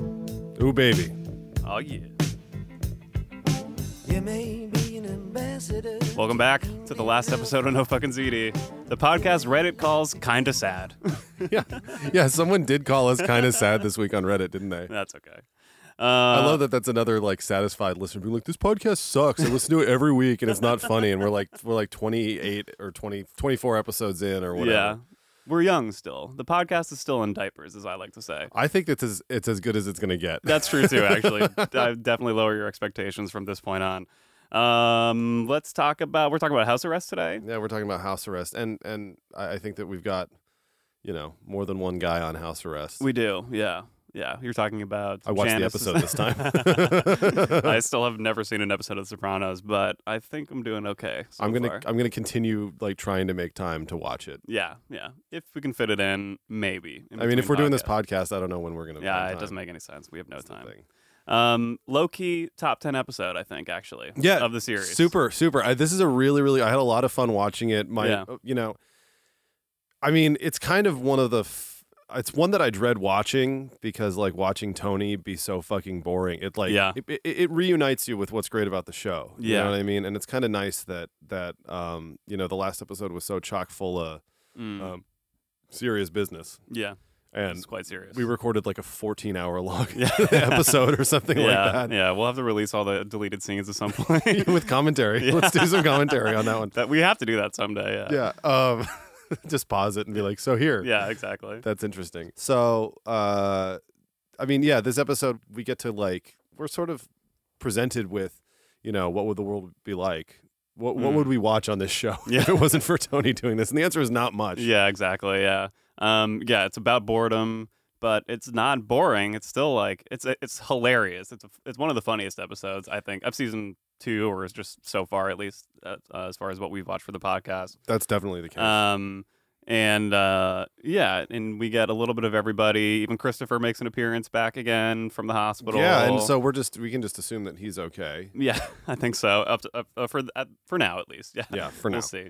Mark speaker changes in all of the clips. Speaker 1: Ooh, baby.
Speaker 2: Oh yeah.
Speaker 3: You may be an ambassador.
Speaker 2: Welcome back to the last episode of No Fucking ZD, the podcast Reddit calls kinda sad.
Speaker 1: Yeah. Yeah. Someone did call us kind of sad this week on Reddit, didn't they?
Speaker 2: That's okay. Uh,
Speaker 1: I love that that's another like satisfied listener being like, this podcast sucks. I listen to it every week and it's not funny. And we're like, we're like 28 or 20, 24 episodes in or whatever.
Speaker 2: Yeah, we're young still. The podcast is still in diapers, as I like to say.
Speaker 1: I think it's as, it's as good as it's going to get.
Speaker 2: That's true too. Actually, I definitely lower your expectations from this point on. Um, let's talk about we're talking about house arrest today.
Speaker 1: yeah. We're talking about house arrest. And, and I I think that we've got, you know, more than one guy on house arrest.
Speaker 2: We do, yeah, yeah. You're talking about.
Speaker 1: I watched
Speaker 2: Janice.
Speaker 1: the episode this time.
Speaker 2: I still have never seen an episode of The Sopranos, but I think I'm doing okay. so
Speaker 1: I'm gonna
Speaker 2: far.
Speaker 1: I'm gonna continue like trying to make time to watch it.
Speaker 2: Yeah, yeah. If we can fit it in, maybe. in
Speaker 1: I mean, if we're
Speaker 2: between
Speaker 1: doing this
Speaker 2: podcasts.
Speaker 1: podcast, I don't know when we're gonna.
Speaker 2: yeah,
Speaker 1: find
Speaker 2: it
Speaker 1: time.
Speaker 2: doesn't make any sense. We have no
Speaker 1: That's the
Speaker 2: time.
Speaker 1: thing.
Speaker 2: Um, low key top ten episode, I think actually.
Speaker 1: Yeah,
Speaker 2: of the series.
Speaker 1: Super, super. I, this is a really, really. I had a lot of fun watching it. My,
Speaker 2: Yeah.
Speaker 1: you know, I mean, it's kind of one of the. F- it's one that I dread watching because, like, watching Tony be so fucking boring. It like,
Speaker 2: Yeah.
Speaker 1: it, it, it reunites you with what's great about the show. you
Speaker 2: Yeah.
Speaker 1: know what I mean. And it's kind of nice that that um, you know, the last episode was so chock full of
Speaker 2: Mm,
Speaker 1: um, serious business,
Speaker 2: yeah,
Speaker 1: and
Speaker 2: it's quite serious.
Speaker 1: we recorded like a 14 hour long
Speaker 2: Yeah.
Speaker 1: episode or something
Speaker 2: yeah,
Speaker 1: like that
Speaker 2: yeah. We'll have to release all the deleted scenes at some point.
Speaker 1: with commentary.
Speaker 2: Yeah.
Speaker 1: Let's do some commentary on that one.
Speaker 2: that we have to do that someday. Yeah.
Speaker 1: Yeah. Um, just pause it and be like, so here.
Speaker 2: Yeah, exactly.
Speaker 1: That's interesting. So, uh, I mean, yeah, this episode, we get to like, we're sort of presented with, you know, what would the world be like? What, what
Speaker 2: Mm.
Speaker 1: would we watch on this show
Speaker 2: Yeah.
Speaker 1: if it wasn't for Tony doing this? And the answer is not much.
Speaker 2: Yeah, exactly. Yeah. Um, yeah, it's about boredom, but it's not boring. It's still like it's uh, it's hilarious. It's a, it's one of the funniest episodes I think of season two, or is just so far at least uh, uh, as far as what we've watched for the podcast.
Speaker 1: That's definitely the case.
Speaker 2: Um, and uh, yeah, and we get a little bit of everybody. Even Christopher makes an appearance back again from the hospital.
Speaker 1: yeah. And so we're just, we can just assume that he's okay.
Speaker 2: yeah, I think so. Up to, up, uh, for th- uh, for now at least. Yeah,
Speaker 1: Yeah. For now.
Speaker 2: we'll see.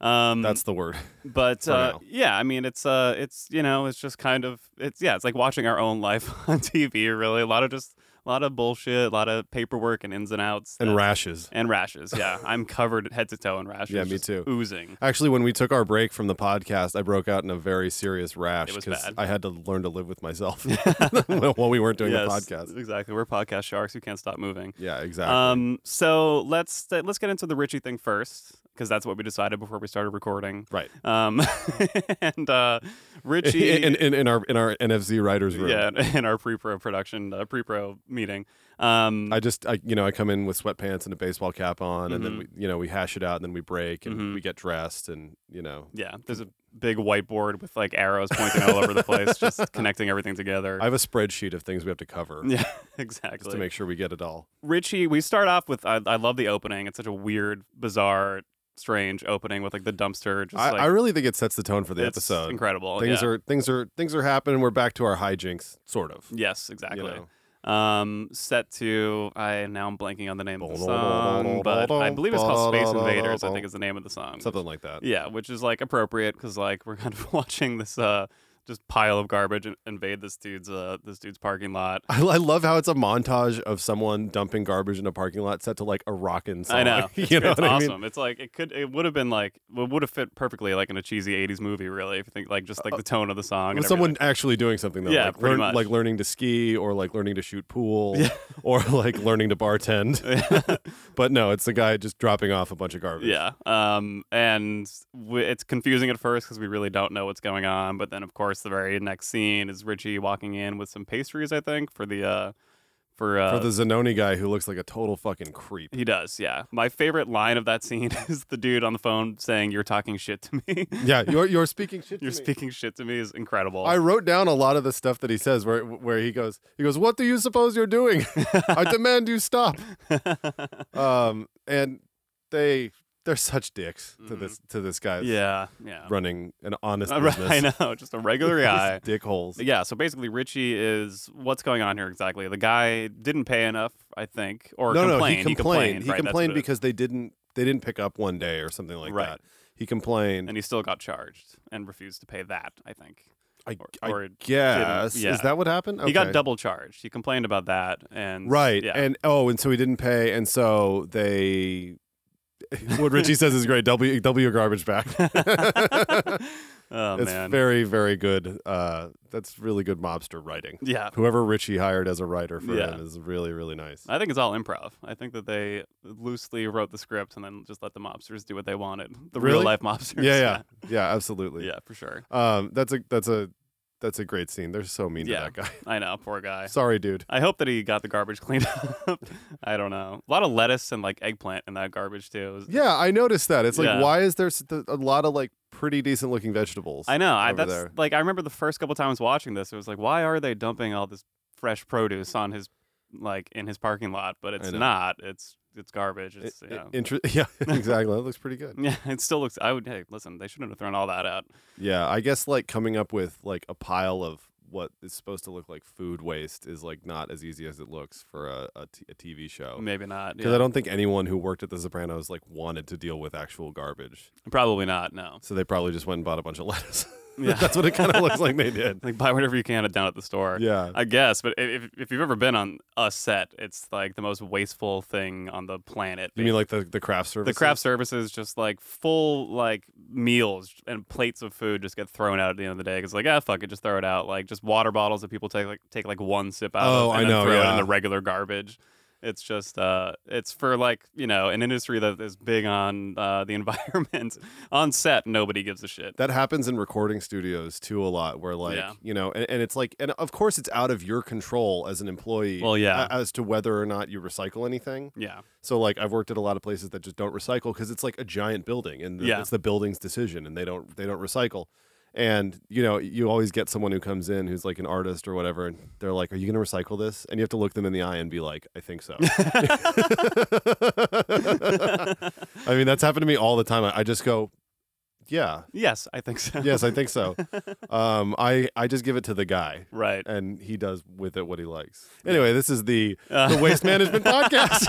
Speaker 2: Um,
Speaker 1: That's the word.
Speaker 2: but
Speaker 1: For
Speaker 2: uh,
Speaker 1: now.
Speaker 2: yeah, I mean, it's uh, it's you know, it's just kind of it's yeah, it's like watching our own life on TV. Really, a lot of just a lot of bullshit, a lot of paperwork and ins and outs
Speaker 1: And
Speaker 2: that-
Speaker 1: rashes.
Speaker 2: and rashes. Yeah, I'm covered head to toe in rashes.
Speaker 1: Yeah, me
Speaker 2: just
Speaker 1: too.
Speaker 2: Oozing.
Speaker 1: Actually, when we took our break from the podcast, I broke out in a very serious rash
Speaker 2: It was bad.
Speaker 1: I had to learn to live with myself while we weren't doing
Speaker 2: yes,
Speaker 1: the podcast.
Speaker 2: exactly. We're podcast sharks who can't stop moving.
Speaker 1: Yeah, exactly.
Speaker 2: Um, so let's uh, let's get into the Richie thing first because that's what we decided before we started recording.
Speaker 1: right.
Speaker 2: Um, and uh, Richie
Speaker 1: In, in, in our in our NFZ writers room.
Speaker 2: yeah, in our pre-pro production, uh, pre-pro meeting. Um,
Speaker 1: I just I you know I come in with sweatpants and a baseball cap on, and then we,
Speaker 2: Mm-hmm.
Speaker 1: you know we hash it out, and then we break, and
Speaker 2: Mhm.
Speaker 1: we get dressed, and you know
Speaker 2: yeah, there's a big whiteboard with like arrows pointing all over the place, just connecting everything together.
Speaker 1: I have a spreadsheet of things we have to cover
Speaker 2: yeah,
Speaker 1: just to
Speaker 2: exactly.
Speaker 1: make sure we get it all.
Speaker 2: Richie, we start off with I, I love the opening. It's such a weird, bizarre, strange opening with like the dumpster. Just
Speaker 1: I,
Speaker 2: like
Speaker 1: I really think it sets the tone for the
Speaker 2: it's
Speaker 1: episode.
Speaker 2: incredible.
Speaker 1: Things
Speaker 2: yeah.
Speaker 1: are things are things are happening. We're back to our hijinks, sort of. you
Speaker 2: yes, exactly.
Speaker 1: know.
Speaker 2: um, set to I now I'm blanking on the name of the song, but I believe it's called Space Invaders. I think is the name of the song.
Speaker 1: something like that.
Speaker 2: Yeah, which is like appropriate because like we're kind of watching this uh just pile of garbage in- invade this dude's uh this dude's parking lot.
Speaker 1: I, I love how it's a montage of someone dumping garbage in a parking lot set to like a rockin' song.
Speaker 2: I know. It's,
Speaker 1: you know
Speaker 2: it's
Speaker 1: what
Speaker 2: awesome.
Speaker 1: I mean?
Speaker 2: It's like it could it would have been like it would have fit perfectly like in a cheesy 80s movie really if you think like just like the tone of the song.
Speaker 1: With
Speaker 2: and
Speaker 1: Uh, someone
Speaker 2: everything.
Speaker 1: actually doing something though,
Speaker 2: Yeah,
Speaker 1: like,
Speaker 2: pretty much.
Speaker 1: like learning to ski or like learning to shoot pool or like learning to bartend. but no, it's the guy just dropping off a bunch of garbage.
Speaker 2: Yeah. Um and w- it's confusing at first cuz we really don't know what's going on, but then of course the very next scene is Richie walking in with some pastries I think for the uh for uh
Speaker 1: For the Zanoni guy who looks like a total fucking creep.
Speaker 2: He does, yeah. My favorite line of that scene is the dude on the phone saying, "You're talking shit to me.
Speaker 1: Yeah, you're you're speaking shit.
Speaker 2: You're
Speaker 1: to me.
Speaker 2: speaking shit to me." Is incredible.
Speaker 1: I wrote down a lot of the stuff that he says where where he goes he goes what do you suppose you're doing I demand you stop um and they they're such dicks to this to this guy
Speaker 2: Mm-hmm. yeah, yeah.
Speaker 1: running an honest
Speaker 2: Uh, right,
Speaker 1: business
Speaker 2: I know, just a regular
Speaker 1: Just
Speaker 2: guy.
Speaker 1: dick holes
Speaker 2: Yeah, so basically, Richie is what's going on here exactly? The guy didn't pay enough, I think, or
Speaker 1: no no
Speaker 2: complained.
Speaker 1: he complained he
Speaker 2: right, that's what
Speaker 1: complained
Speaker 2: it is.
Speaker 1: because they didn't they didn't pick up one day or something like
Speaker 2: Right.
Speaker 1: that he complained
Speaker 2: and he still got charged and refused to pay that. I think.
Speaker 1: I,
Speaker 2: Or-
Speaker 1: I
Speaker 2: or
Speaker 1: guess
Speaker 2: yeah.
Speaker 1: is that what happened?
Speaker 2: He got
Speaker 1: Okay.
Speaker 2: double charged. He complained about that, and
Speaker 1: Right.
Speaker 2: Yeah.
Speaker 1: And oh, and so he didn't pay, and so they what Richie says is great. Double your- double your garbage back.
Speaker 2: oh
Speaker 1: it's
Speaker 2: man.
Speaker 1: very very good. Uh, that's really good mobster writing.
Speaker 2: Yeah.
Speaker 1: Whoever Richie hired as a writer for
Speaker 2: Yeah.
Speaker 1: him is really really nice.
Speaker 2: I think it's all improv. I think that they loosely wrote the script and then just let the mobsters do what they wanted. The
Speaker 1: Really?
Speaker 2: real life mobsters.
Speaker 1: yeah, yeah, yeah, absolutely.
Speaker 2: Yeah, for sure.
Speaker 1: Um, that's a that's a that's a great scene. They're so mean
Speaker 2: Yeah.
Speaker 1: to that
Speaker 2: I know, poor
Speaker 1: guy.
Speaker 2: guy.
Speaker 1: Sorry, dude.
Speaker 2: I hope that he got the garbage cleaned up. I don't know. A lot of lettuce and like eggplant in that garbage too. It was-
Speaker 1: Yeah, I noticed that. It's like,
Speaker 2: Yeah.
Speaker 1: why is there s- th- a lot of like pretty decent looking vegetables?
Speaker 2: I know. I,
Speaker 1: over
Speaker 2: that's
Speaker 1: there.
Speaker 2: like I remember the first couple times watching this. It was like, why are they dumping all this fresh produce on his like in his parking lot? But it's
Speaker 1: know.
Speaker 2: not. It's it's garbage.
Speaker 1: I-
Speaker 2: It's
Speaker 1: I-
Speaker 2: you know.
Speaker 1: inter- yeah, exactly. That looks pretty good.
Speaker 2: yeah, it still looks. I would hey, listen. They shouldn't have thrown all that out.
Speaker 1: Yeah, I guess like coming up with like a pile of what is supposed to look like food waste is like not as easy as it looks for a, a, t- a TV show.
Speaker 2: Maybe not.
Speaker 1: Because
Speaker 2: yeah.
Speaker 1: Oh, I don't think anyone who worked at The Sopranos like wanted to deal with actual garbage,
Speaker 2: Probably not. No.
Speaker 1: so they probably just went and bought a bunch of lettuce.
Speaker 2: Yeah.
Speaker 1: That's what it kind of looks like they did.
Speaker 2: Like buy whatever you can down at the store.
Speaker 1: Yeah,
Speaker 2: I guess, but i- if if you've ever been on a set, it's like the most wasteful thing on the planet.
Speaker 1: you mean like the the craft service?
Speaker 2: the craft services just like full like meals and plates of food just get thrown out at the end of the day because like ah fuck it just throw it out like just water bottles that people take like take like one sip out
Speaker 1: Oh,
Speaker 2: of
Speaker 1: I
Speaker 2: and then
Speaker 1: know,
Speaker 2: throw it
Speaker 1: yeah.
Speaker 2: in the regular garbage it's just uh it's for like you know an industry that is big on uh the environment on set nobody gives a shit
Speaker 1: that happens in recording studios too a lot where like
Speaker 2: Yeah.
Speaker 1: you know and, and it's like and of course it's out of your control as an employee
Speaker 2: Well, yeah.
Speaker 1: a- as to whether or not you recycle anything
Speaker 2: yeah
Speaker 1: so like i've worked at a lot of places that just don't recycle because it's like a giant building and the-
Speaker 2: Yeah.
Speaker 1: it's the building's decision and they don't they don't recycle and you know you always get someone who comes in who's like an artist or whatever and they're like are you going to recycle this and you have to look them in the eye and be like i think so i mean that's happened to me all the time I, I just go yeah
Speaker 2: yes i think so
Speaker 1: yes, I think so. Um, I I just give it to the guy,
Speaker 2: right
Speaker 1: and he does with it what he likes. Anyway, this is the
Speaker 2: Uh,
Speaker 1: the waste management podcast.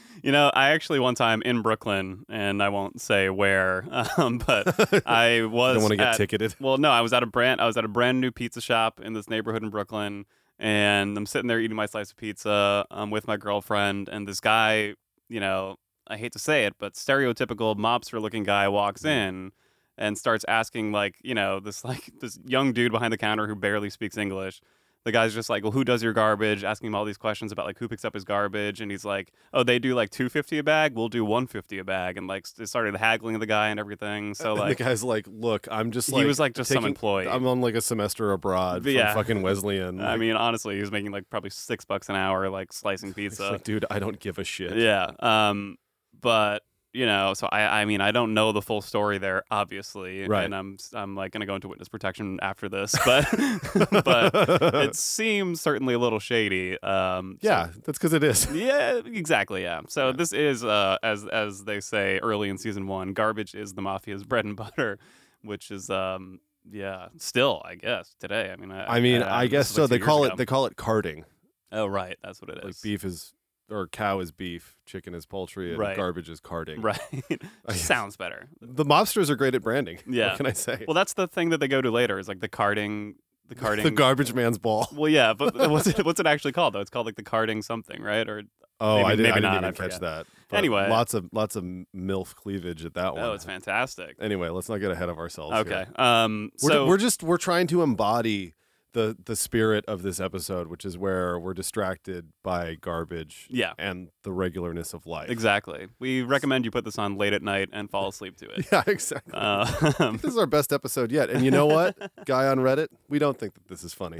Speaker 2: you know, I actually one time in Brooklyn, and I won't say where, um, but I was.
Speaker 1: I don't want to get
Speaker 2: at-
Speaker 1: ticketed.
Speaker 2: Well, no, I was at a brand. I was at a brand new pizza shop in this neighborhood in Brooklyn, and I'm sitting there eating my slice of pizza um, with my girlfriend, and this guy, you know, I hate to say it, but stereotypical mobster-looking guy walks
Speaker 1: Mm.
Speaker 2: in and starts asking like, you know, this like this young dude behind the counter who barely speaks English. The guy's just like, well, who does your garbage? Asking him all these questions about like who picks up his garbage, and he's like, oh, they do like two fifty a bag. We'll do one fifty a bag, and like s- started haggling the guy and everything. So
Speaker 1: Uh, And
Speaker 2: like,
Speaker 1: the guy's like, look, I'm just
Speaker 2: He
Speaker 1: like
Speaker 2: was, like, just some
Speaker 1: taking-
Speaker 2: employee.
Speaker 1: I'm on like a semester abroad from
Speaker 2: Yeah.
Speaker 1: fucking Wesleyan.
Speaker 2: I
Speaker 1: Like,
Speaker 2: mean, honestly, he was making like probably six bucks an hour, like slicing
Speaker 1: it's
Speaker 2: pizza.
Speaker 1: like, dude, I don't give a shit.
Speaker 2: yeah. Um, but you know, so I, I mean, I don't know the full story there, obviously,
Speaker 1: Right.
Speaker 2: And I'm, I'm like gonna go into witness protection after this, but, but it seems certainly a little shady. Um, so-
Speaker 1: yeah, that's because it is.
Speaker 2: yeah, exactly. Yeah. So
Speaker 1: Yeah.
Speaker 2: this is, uh, as as they say early in season one, garbage is the mafia's bread and butter, which is, um, yeah, still I guess today. I mean, I,
Speaker 1: I mean,
Speaker 2: uh,
Speaker 1: I
Speaker 2: this
Speaker 1: guess
Speaker 2: was,
Speaker 1: so.
Speaker 2: like, two
Speaker 1: They
Speaker 2: years
Speaker 1: call
Speaker 2: ago.
Speaker 1: it they call it carding.
Speaker 2: Oh, right. That's what it is.
Speaker 1: Like beef is or cow is beef, chicken is poultry, and
Speaker 2: Right.
Speaker 1: garbage is carding.
Speaker 2: Right.
Speaker 1: I guess.
Speaker 2: Sounds better.
Speaker 1: The mobsters are great at branding.
Speaker 2: Yeah.
Speaker 1: What can I say?
Speaker 2: Well, that's the thing that they go to later is like the carding, the carding.
Speaker 1: the garbage man's ball.
Speaker 2: well, yeah, but what's it, what's it actually called though? It's called like the carding something, right? Or
Speaker 1: Oh,
Speaker 2: Maybe-
Speaker 1: I, did,
Speaker 2: maybe
Speaker 1: I didn't
Speaker 2: not,
Speaker 1: even
Speaker 2: I
Speaker 1: catch
Speaker 2: forget.
Speaker 1: that.
Speaker 2: Anyway.
Speaker 1: lots of lots of milf cleavage at that one.
Speaker 2: oh, it's fantastic.
Speaker 1: Anyway, let's not get ahead of ourselves. here.
Speaker 2: Okay. Um.
Speaker 1: we're,
Speaker 2: so
Speaker 1: we're just we're trying to embody the the spirit of this episode, which is where we're distracted by garbage
Speaker 2: yeah,
Speaker 1: and the regularness of life.
Speaker 2: exactly. We recommend you put this on late at night and fall asleep to it.
Speaker 1: Yeah, exactly.
Speaker 2: Uh,
Speaker 1: this is our best episode yet, and you know what, guy on Reddit, we don't think that this is funny.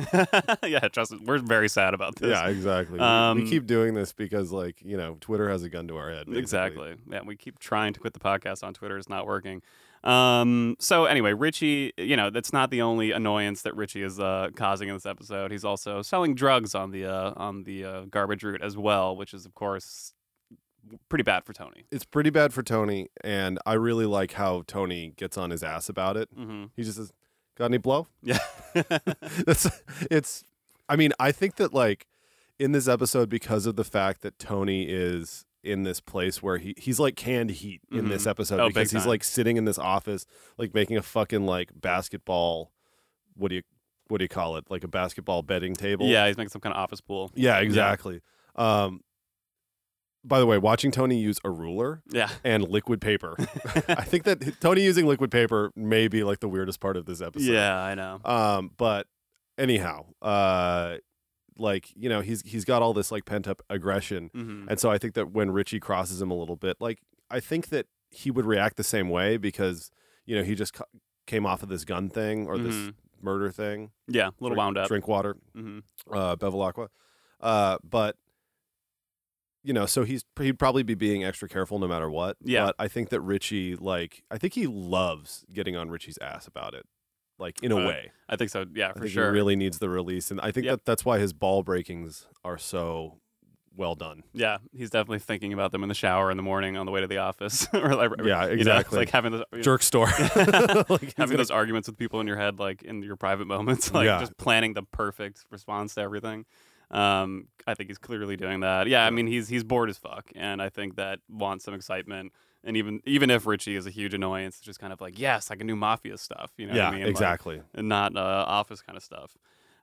Speaker 2: yeah, trust us. We're very sad about this.
Speaker 1: yeah, exactly. We- we,
Speaker 2: Um,
Speaker 1: keep doing this because, like, you know, Twitter has a gun to our head. basically.
Speaker 2: Exactly. Yeah, we keep trying to quit the podcast on Twitter. It's not working. Um, so anyway, Richie, you know, that's not the only annoyance that Richie is uh, causing in this episode. He's also selling drugs on the uh, on the uh, garbage route as well, which is of course pretty bad for Tony.
Speaker 1: It's pretty bad for Tony, and I really like how Tony gets on his ass about it.
Speaker 2: hmm
Speaker 1: He just says, "Got any blow?"
Speaker 2: Yeah.
Speaker 1: That's it's. I mean, I think that like in this episode, because of the fact that Tony is in this place where he he's like canned heat in this episode
Speaker 2: Oh, big
Speaker 1: because he's
Speaker 2: time.
Speaker 1: like sitting in this office, like making a fucking like basketball what do you what do you call it? Like a basketball betting table.
Speaker 2: Yeah, he's making some kind of office pool.
Speaker 1: Yeah, exactly. Um by the way, watching Tony use a ruler
Speaker 2: Yeah.
Speaker 1: and liquid paper. I think that Tony using liquid paper may be like the weirdest part of this episode.
Speaker 2: Yeah, I know.
Speaker 1: Um, but anyhow, uh, like you know, he's he's got all this like pent up aggression,
Speaker 2: hmm
Speaker 1: and so I think that when Richie crosses him a little bit, like I think that he would react the same way because you know he just ca- came off of this gun thing or this
Speaker 2: Mhm.
Speaker 1: murder thing,
Speaker 2: Yeah, a little
Speaker 1: drink-
Speaker 2: wound up.
Speaker 1: drink water,
Speaker 2: hmm
Speaker 1: uh, Bevilacqua, uh, but. You know, so he's he'd probably be being extra careful no matter what.
Speaker 2: Yeah.
Speaker 1: But I think that Richie, like, I think he loves getting on Richie's ass about it, like in a
Speaker 2: Uh,
Speaker 1: way.
Speaker 2: I think so. Yeah,
Speaker 1: I
Speaker 2: for
Speaker 1: think
Speaker 2: sure.
Speaker 1: he really needs the release, and I think
Speaker 2: Yep.
Speaker 1: that that's why his ball breakings are so well done.
Speaker 2: yeah, he's definitely thinking about them in the shower in the morning on the way to the office. or like, you know,
Speaker 1: Yeah,
Speaker 2: it's
Speaker 1: exactly.
Speaker 2: like having those you know,
Speaker 1: Jerk store. Like, he's
Speaker 2: having
Speaker 1: gonna-
Speaker 2: those arguments with people in your head, like in your private moments, like
Speaker 1: Yeah.
Speaker 2: just planning the perfect response to everything. Um, I think he's clearly doing that. Yeah, I mean he's he's bored as fuck, and I think that wants some excitement. And even even if Richie is a huge annoyance, it's just kind of like yes, I can do mafia stuff. You know,
Speaker 1: yeah,
Speaker 2: what I mean? Like,
Speaker 1: exactly.
Speaker 2: and not uh, office kind of stuff.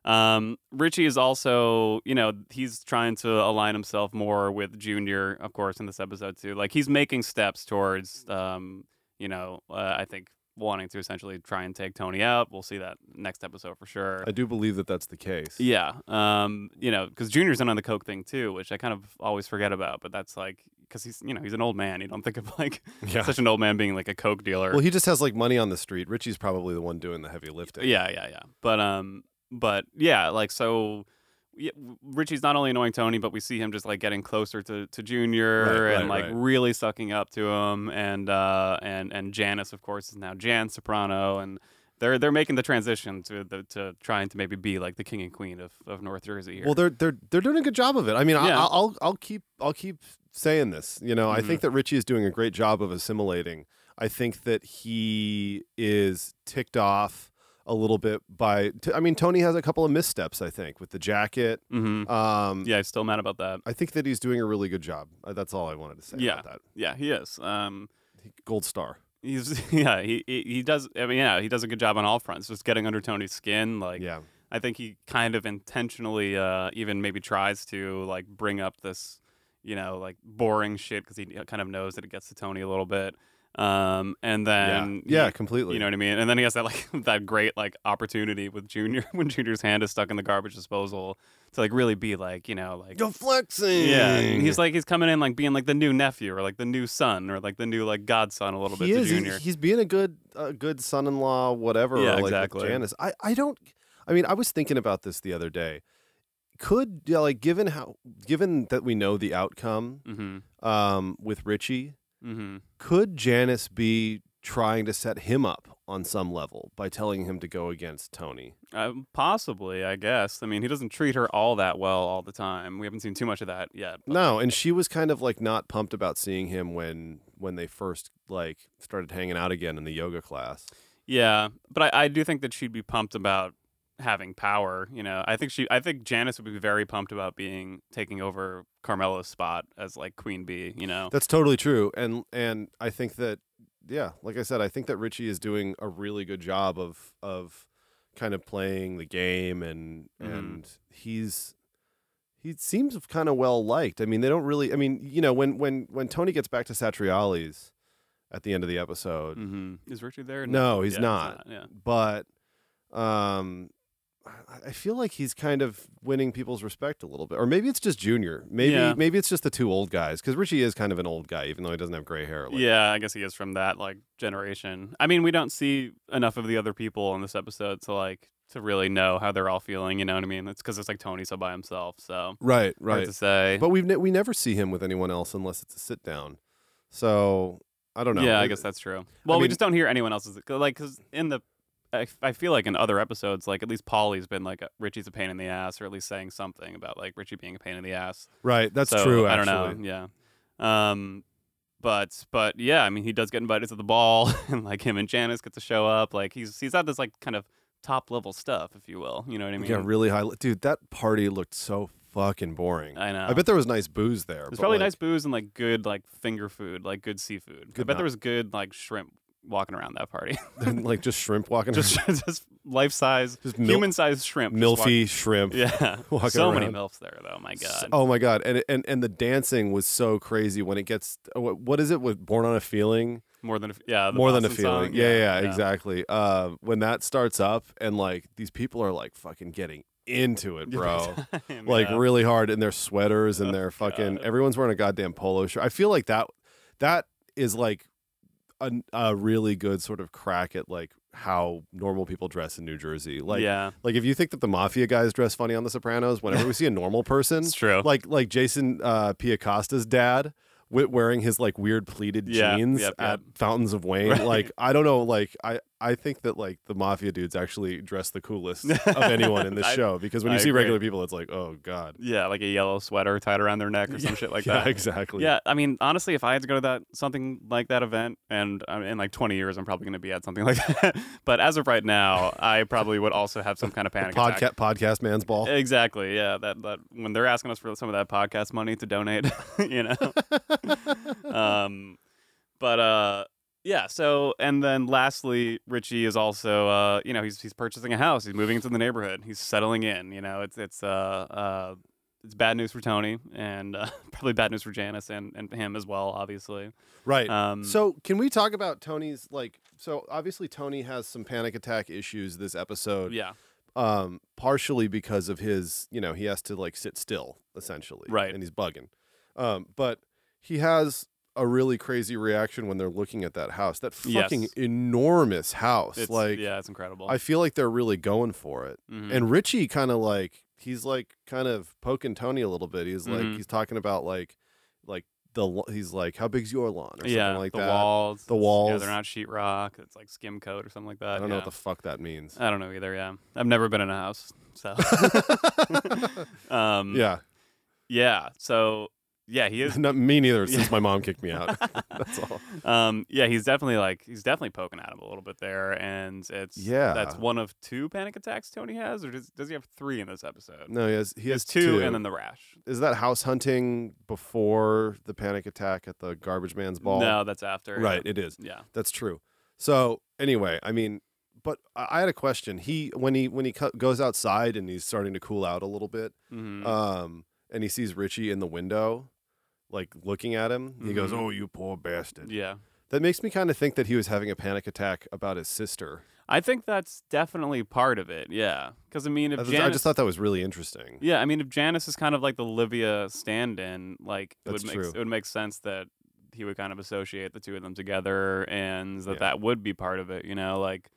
Speaker 2: Um, Richie is also, you know, he's trying to align himself more with Junior, of course, in this episode too. Like he's making steps towards, um, you know, uh, I think wanting to essentially try and take Tony out. We'll see that next episode for sure.
Speaker 1: I do believe that that's the case.
Speaker 2: Yeah. Um, you know, because Junior's in on the Coke thing too, which I kind of always forget about. But that's like because he's, you know, he's an old man. You don't think of like
Speaker 1: Yeah.
Speaker 2: such an old man being like a Coke dealer.
Speaker 1: Well, he just has like money on the street. Richie's probably the one doing the heavy lifting.
Speaker 2: Yeah, yeah, yeah. But um, but yeah, like so. Yeah, Richie's not only annoying Tony, but we see him just like getting closer to, to Junior
Speaker 1: Right, right,
Speaker 2: and like
Speaker 1: right.
Speaker 2: really sucking up to him, and uh, and and Janice, of course, is now Jan Soprano, and they're they're making the transition to the, to trying to maybe be like the king and queen of, of North Jersey here.
Speaker 1: Well, they're they're they're doing a good job of it. I mean, I
Speaker 2: Yeah.
Speaker 1: I'll, I'll I'll keep I'll keep saying this. You know, I think
Speaker 2: Mm-hmm.
Speaker 1: that Richie is doing a great job of assimilating. I think that he is ticked off a little bit by. T- I mean, Tony has a couple of missteps. I think with the jacket.
Speaker 2: hmm
Speaker 1: Um,
Speaker 2: yeah, I'm still mad about that.
Speaker 1: I think that he's doing a really good job. Uh, That's all I wanted to say
Speaker 2: Yeah.
Speaker 1: about that.
Speaker 2: Yeah, he is. Um,
Speaker 1: He- Gold star.
Speaker 2: he's yeah, he, he he does. I mean, yeah, he does a good job on all fronts. Just getting under Tony's skin, like
Speaker 1: yeah.
Speaker 2: I think he kind of intentionally uh, even maybe tries to like bring up this, you know, like boring shit because he kind of knows that it gets to Tony a little bit. Um, and then
Speaker 1: yeah. Yeah,
Speaker 2: he-
Speaker 1: completely.
Speaker 2: you know what I mean. And then he has that like that great like opportunity with Junior when Junior's hand is stuck in the garbage disposal to like really be like you know like
Speaker 1: You're flexing.
Speaker 2: yeah. and he's like he's coming in like being like the new nephew or like the new son or like the new like godson a little
Speaker 1: he
Speaker 2: bit to
Speaker 1: is. He's-
Speaker 2: Junior.
Speaker 1: He's being a good, a good son-in-law, whatever.
Speaker 2: Yeah,
Speaker 1: or, like, with
Speaker 2: exactly.
Speaker 1: Janice. I, I don't. I mean, I was thinking about this the other day. Could yeah, like given how given that we know the outcome
Speaker 2: mm-hmm.
Speaker 1: um, with Richie,
Speaker 2: Mm-hmm.
Speaker 1: could Janice be trying to set him up on some level by telling him to go against Tony?
Speaker 2: Uh, possibly, I guess. I mean, he doesn't treat her all that well all the time. We haven't seen too much of that yet. but-
Speaker 1: No, and she was kind of like not pumped about seeing him when when they first like started hanging out again in the yoga class.
Speaker 2: Yeah, but I, I do think that she'd be pumped about having power. You know, I think she, I think Janice would be very pumped about being taking over Carmelo's spot as like queen bee. You know,
Speaker 1: That's totally true, and and I think that yeah, like I said, I think that Richie is doing a really good job of of kind of playing the game, and
Speaker 2: Mhm.
Speaker 1: and he's he seems kind of well liked. I mean, they don't really. I mean, you know, when when when Tony gets back to Satriani's at the end of the episode,
Speaker 2: hmm is Richard there?
Speaker 1: No, he's
Speaker 2: Yeah,
Speaker 1: not.
Speaker 2: Yeah,
Speaker 1: but um I- I feel like he's kind of winning people's respect a little bit, or maybe it's just Junior. Maybe
Speaker 2: Yeah.
Speaker 1: maybe it's just the two old guys because Richie is kind of an old guy, even though he doesn't have gray hair. Like,
Speaker 2: yeah. I guess he is from that like generation. I mean, we don't see enough of the other people in this episode to like to really know how they're all feeling. You know what I mean? It's because it's like Tony's all by himself, so
Speaker 1: right,
Speaker 2: hard to say.
Speaker 1: But we've ne- we never see him with anyone else unless it's a sit down. So I don't know.
Speaker 2: Yeah, I
Speaker 1: It-
Speaker 2: guess that's true. Well, we
Speaker 1: mean-
Speaker 2: just don't hear anyone else's. 'cause, Like, because in the, I, f- I feel like in other episodes, like at least Polly's been like a, Richie's a pain in the ass, or at least saying something about like Richie being a pain in the ass.
Speaker 1: right. That's
Speaker 2: So,
Speaker 1: true.
Speaker 2: I
Speaker 1: Actually.
Speaker 2: don't know. Yeah. Um, but but yeah, I mean, he does get invited to the ball, and like him and Janice get to show up. Like he's he's at this like kind of top level stuff, if you will. You know what I mean?
Speaker 1: yeah, really high. Dude, that party looked so fucking boring.
Speaker 2: I know.
Speaker 1: I bet there was nice booze there.
Speaker 2: There's
Speaker 1: but,
Speaker 2: probably
Speaker 1: like,
Speaker 2: nice booze and like good like finger food, like good seafood. I
Speaker 1: Good
Speaker 2: bet there
Speaker 1: nut.
Speaker 2: was good like shrimp walking around that party.
Speaker 1: like just shrimp walking
Speaker 2: just just life size,
Speaker 1: Just mil-
Speaker 2: human sized shrimp.
Speaker 1: around.
Speaker 2: just walk-
Speaker 1: milfy shrimp
Speaker 2: yeah.
Speaker 1: walking
Speaker 2: so many
Speaker 1: around.
Speaker 2: milfs there though. My God.
Speaker 1: S- Oh my god! And and and the dancing was so crazy when it gets. uh, What, what is it? With Born on a Feeling?
Speaker 2: more than a, f- yeah. the
Speaker 1: More than a
Speaker 2: Boston song,
Speaker 1: feeling. Yeah, yeah, exactly. Uh, when that starts up and like these people are like fucking getting into it,
Speaker 2: Yeah,
Speaker 1: bro.
Speaker 2: big time,
Speaker 1: like
Speaker 2: yeah.
Speaker 1: really hard in their sweaters and
Speaker 2: Oh,
Speaker 1: their fucking.
Speaker 2: God.
Speaker 1: Everyone's wearing a goddamn polo shirt. I feel like that. That is like a, a really good sort of crack at like how normal people dress in New Jersey. Like,
Speaker 2: yeah,
Speaker 1: like if you think that the mafia guys dress funny on The Sopranos, whenever we see a normal person,
Speaker 2: it's true.
Speaker 1: like like Jason uh, Piacosta's dad wi- wearing his like weird pleated
Speaker 2: Yeah,
Speaker 1: jeans
Speaker 2: yep,
Speaker 1: at
Speaker 2: yep.
Speaker 1: Fountains of Wayne.
Speaker 2: Right.
Speaker 1: Like I don't know. Like I I think that like the mafia dudes actually dress the coolest of anyone in this
Speaker 2: I-
Speaker 1: show because when you
Speaker 2: I
Speaker 1: see
Speaker 2: agree.
Speaker 1: regular people, it's like oh god.
Speaker 2: yeah, like a yellow sweater tied around their neck or some shit like
Speaker 1: yeah,
Speaker 2: that.
Speaker 1: exactly.
Speaker 2: Yeah, I mean, honestly, if I had to go to that something like that event, and I mean, in like 20 years, I'm probably going to be at something like that. but as of right now, I probably would also have some kind of panic attack.
Speaker 1: Podcast podcast man's ball.
Speaker 2: Exactly. Yeah. That, that when they're asking us for some of that podcast money to donate, you know. um, but uh, yeah. So and then lastly, Richie is also uh, you know, he's he's purchasing a house. He's moving into the neighborhood. He's settling in. You know, it's it's uh uh. It's bad news for Tony, and uh, probably bad news for Janice and, and him as well, obviously.
Speaker 1: Right.
Speaker 2: Um,
Speaker 1: so can we talk about Tony's like? So obviously Tony has some panic attack issues this episode.
Speaker 2: yeah,
Speaker 1: um, partially because of his, you know, he has to like sit still essentially,
Speaker 2: Right.
Speaker 1: And he's bugging, um, but he has a really crazy reaction when they're looking at that house, that
Speaker 2: Yes.
Speaker 1: fucking enormous house.
Speaker 2: it's
Speaker 1: like,
Speaker 2: yeah, it's incredible.
Speaker 1: I feel like they're really going for it.
Speaker 2: Mhm.
Speaker 1: And Richie kind of like he's like kind of poking Tony a little bit. He's like
Speaker 2: Mhm.
Speaker 1: he's talking about like like the lo- he's like how big's your lawn or
Speaker 2: yeah,
Speaker 1: something like
Speaker 2: the
Speaker 1: that.
Speaker 2: walls,
Speaker 1: The
Speaker 2: Yeah,
Speaker 1: walls.
Speaker 2: they're not sheetrock. It's like skim coat or something like that.
Speaker 1: I don't know
Speaker 2: yeah.
Speaker 1: what
Speaker 2: Uh,
Speaker 1: the fuck that means.
Speaker 2: I don't know either. Yeah, I've never been in a house, so um,
Speaker 1: yeah,
Speaker 2: yeah. So yeah, he is.
Speaker 1: not me neither. Since
Speaker 2: Yeah.
Speaker 1: my mom kicked me out, that's all.
Speaker 2: Um, yeah, he's definitely like he's definitely poking at him a little bit there, and it's
Speaker 1: Yeah.
Speaker 2: that's one of two panic attacks Tony has, or does, does he have three in this episode?
Speaker 1: No, he has he
Speaker 2: He
Speaker 1: has
Speaker 2: has two, and then the rash.
Speaker 1: is that house hunting before the panic attack at the garbage man's ball?
Speaker 2: No, that's after. yeah.
Speaker 1: right, it is.
Speaker 2: Yeah.
Speaker 1: That's true. So anyway, I mean, but I I had a question. He when he when he co- goes outside and he's starting to cool out a little bit,
Speaker 2: Mhm.
Speaker 1: um, and he sees Richie in the window, like looking at him. He goes,
Speaker 2: Mhm.
Speaker 1: "Oh, you poor bastard."
Speaker 2: yeah.
Speaker 1: That makes me kind of think that he was having a panic attack about his sister.
Speaker 2: I think that's definitely part of it. Yeah, because I mean,
Speaker 1: I,
Speaker 2: if
Speaker 1: was- I
Speaker 2: Janice,
Speaker 1: just thought that was really interesting.
Speaker 2: Yeah, I mean, if Janice is kind of like the Livia stand-in, like it
Speaker 1: That's
Speaker 2: would make
Speaker 1: true.
Speaker 2: it would make sense that he would kind of associate the two of them together, and that
Speaker 1: Yeah.
Speaker 2: that would be part of it. You know, like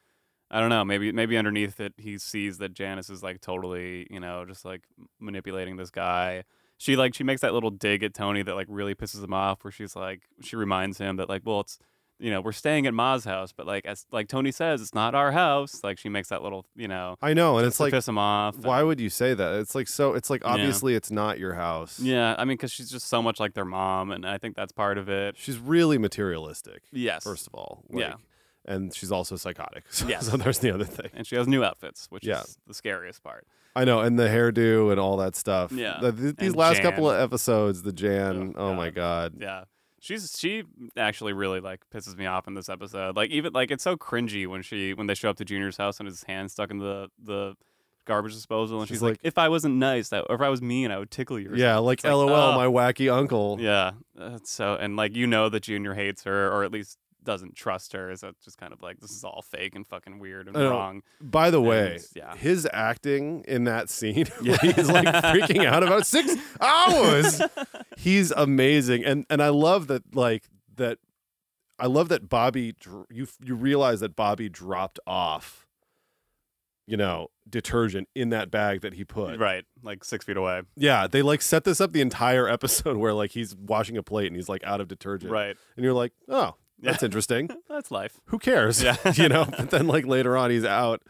Speaker 2: I don't know, maybe maybe underneath it, he sees that Janice is like totally, you know, just like manipulating this guy. She like she makes that little dig at Tony that like really pisses him off, where she's like she reminds him that like, well, it's you know we're staying at Ma's house, but like as like Tony says, it's not our house. Like she makes that little, you know,
Speaker 1: I know, and
Speaker 2: just
Speaker 1: it's
Speaker 2: to
Speaker 1: like
Speaker 2: piss him off. and-
Speaker 1: Why would you say that? It's like so. It's like
Speaker 2: Yeah.
Speaker 1: obviously it's not your house.
Speaker 2: Yeah, I mean, because she's just so much like their mom, and I think that's part of it.
Speaker 1: She's really materialistic.
Speaker 2: Yes.
Speaker 1: First of all.
Speaker 2: Yeah.
Speaker 1: And she's also psychotic. So,
Speaker 2: Yes.
Speaker 1: so there's the other thing.
Speaker 2: And she has new outfits, which
Speaker 1: Yeah.
Speaker 2: is the scariest part.
Speaker 1: I know, and the hairdo and all that stuff.
Speaker 2: Yeah.
Speaker 1: The- th- these
Speaker 2: And
Speaker 1: last
Speaker 2: Jan.
Speaker 1: couple of episodes, the Jan.
Speaker 2: Oh,
Speaker 1: Oh, my God.
Speaker 2: Yeah. She's she actually really like pisses me off in this episode. Like even like it's so cringy when she when they show up to Junior's house and his hand stuck in the the garbage disposal and
Speaker 1: She's
Speaker 2: she's, like,
Speaker 1: like-
Speaker 2: if I wasn't nice, that or if I was mean, I would tickle you. or
Speaker 1: Yeah. Like,
Speaker 2: It's like,
Speaker 1: LOL,
Speaker 2: oh.
Speaker 1: my wacky uncle.
Speaker 2: Yeah. that's So and like you know that Junior hates her or at least doesn't trust her. Is that just kind of like this is all fake and fucking weird and
Speaker 1: I know.
Speaker 2: wrong?
Speaker 1: By the way,
Speaker 2: And, yeah.
Speaker 1: his acting in that scene,
Speaker 2: Yeah.
Speaker 1: he's like freaking out about six hours. He's amazing, and and I love that like that. I love that Bobby. dr- You you realize that Bobby dropped off, you know, detergent in that bag that he put.
Speaker 2: Right. Like six feet away.
Speaker 1: Yeah, they like set this up the entire episode where like he's washing a plate and he's like out of detergent.
Speaker 2: Right.
Speaker 1: and you're like, oh,
Speaker 2: Yeah.
Speaker 1: that's interesting
Speaker 2: That's life.
Speaker 1: who cares?
Speaker 2: Yeah.
Speaker 1: you know, but then like later on he's out.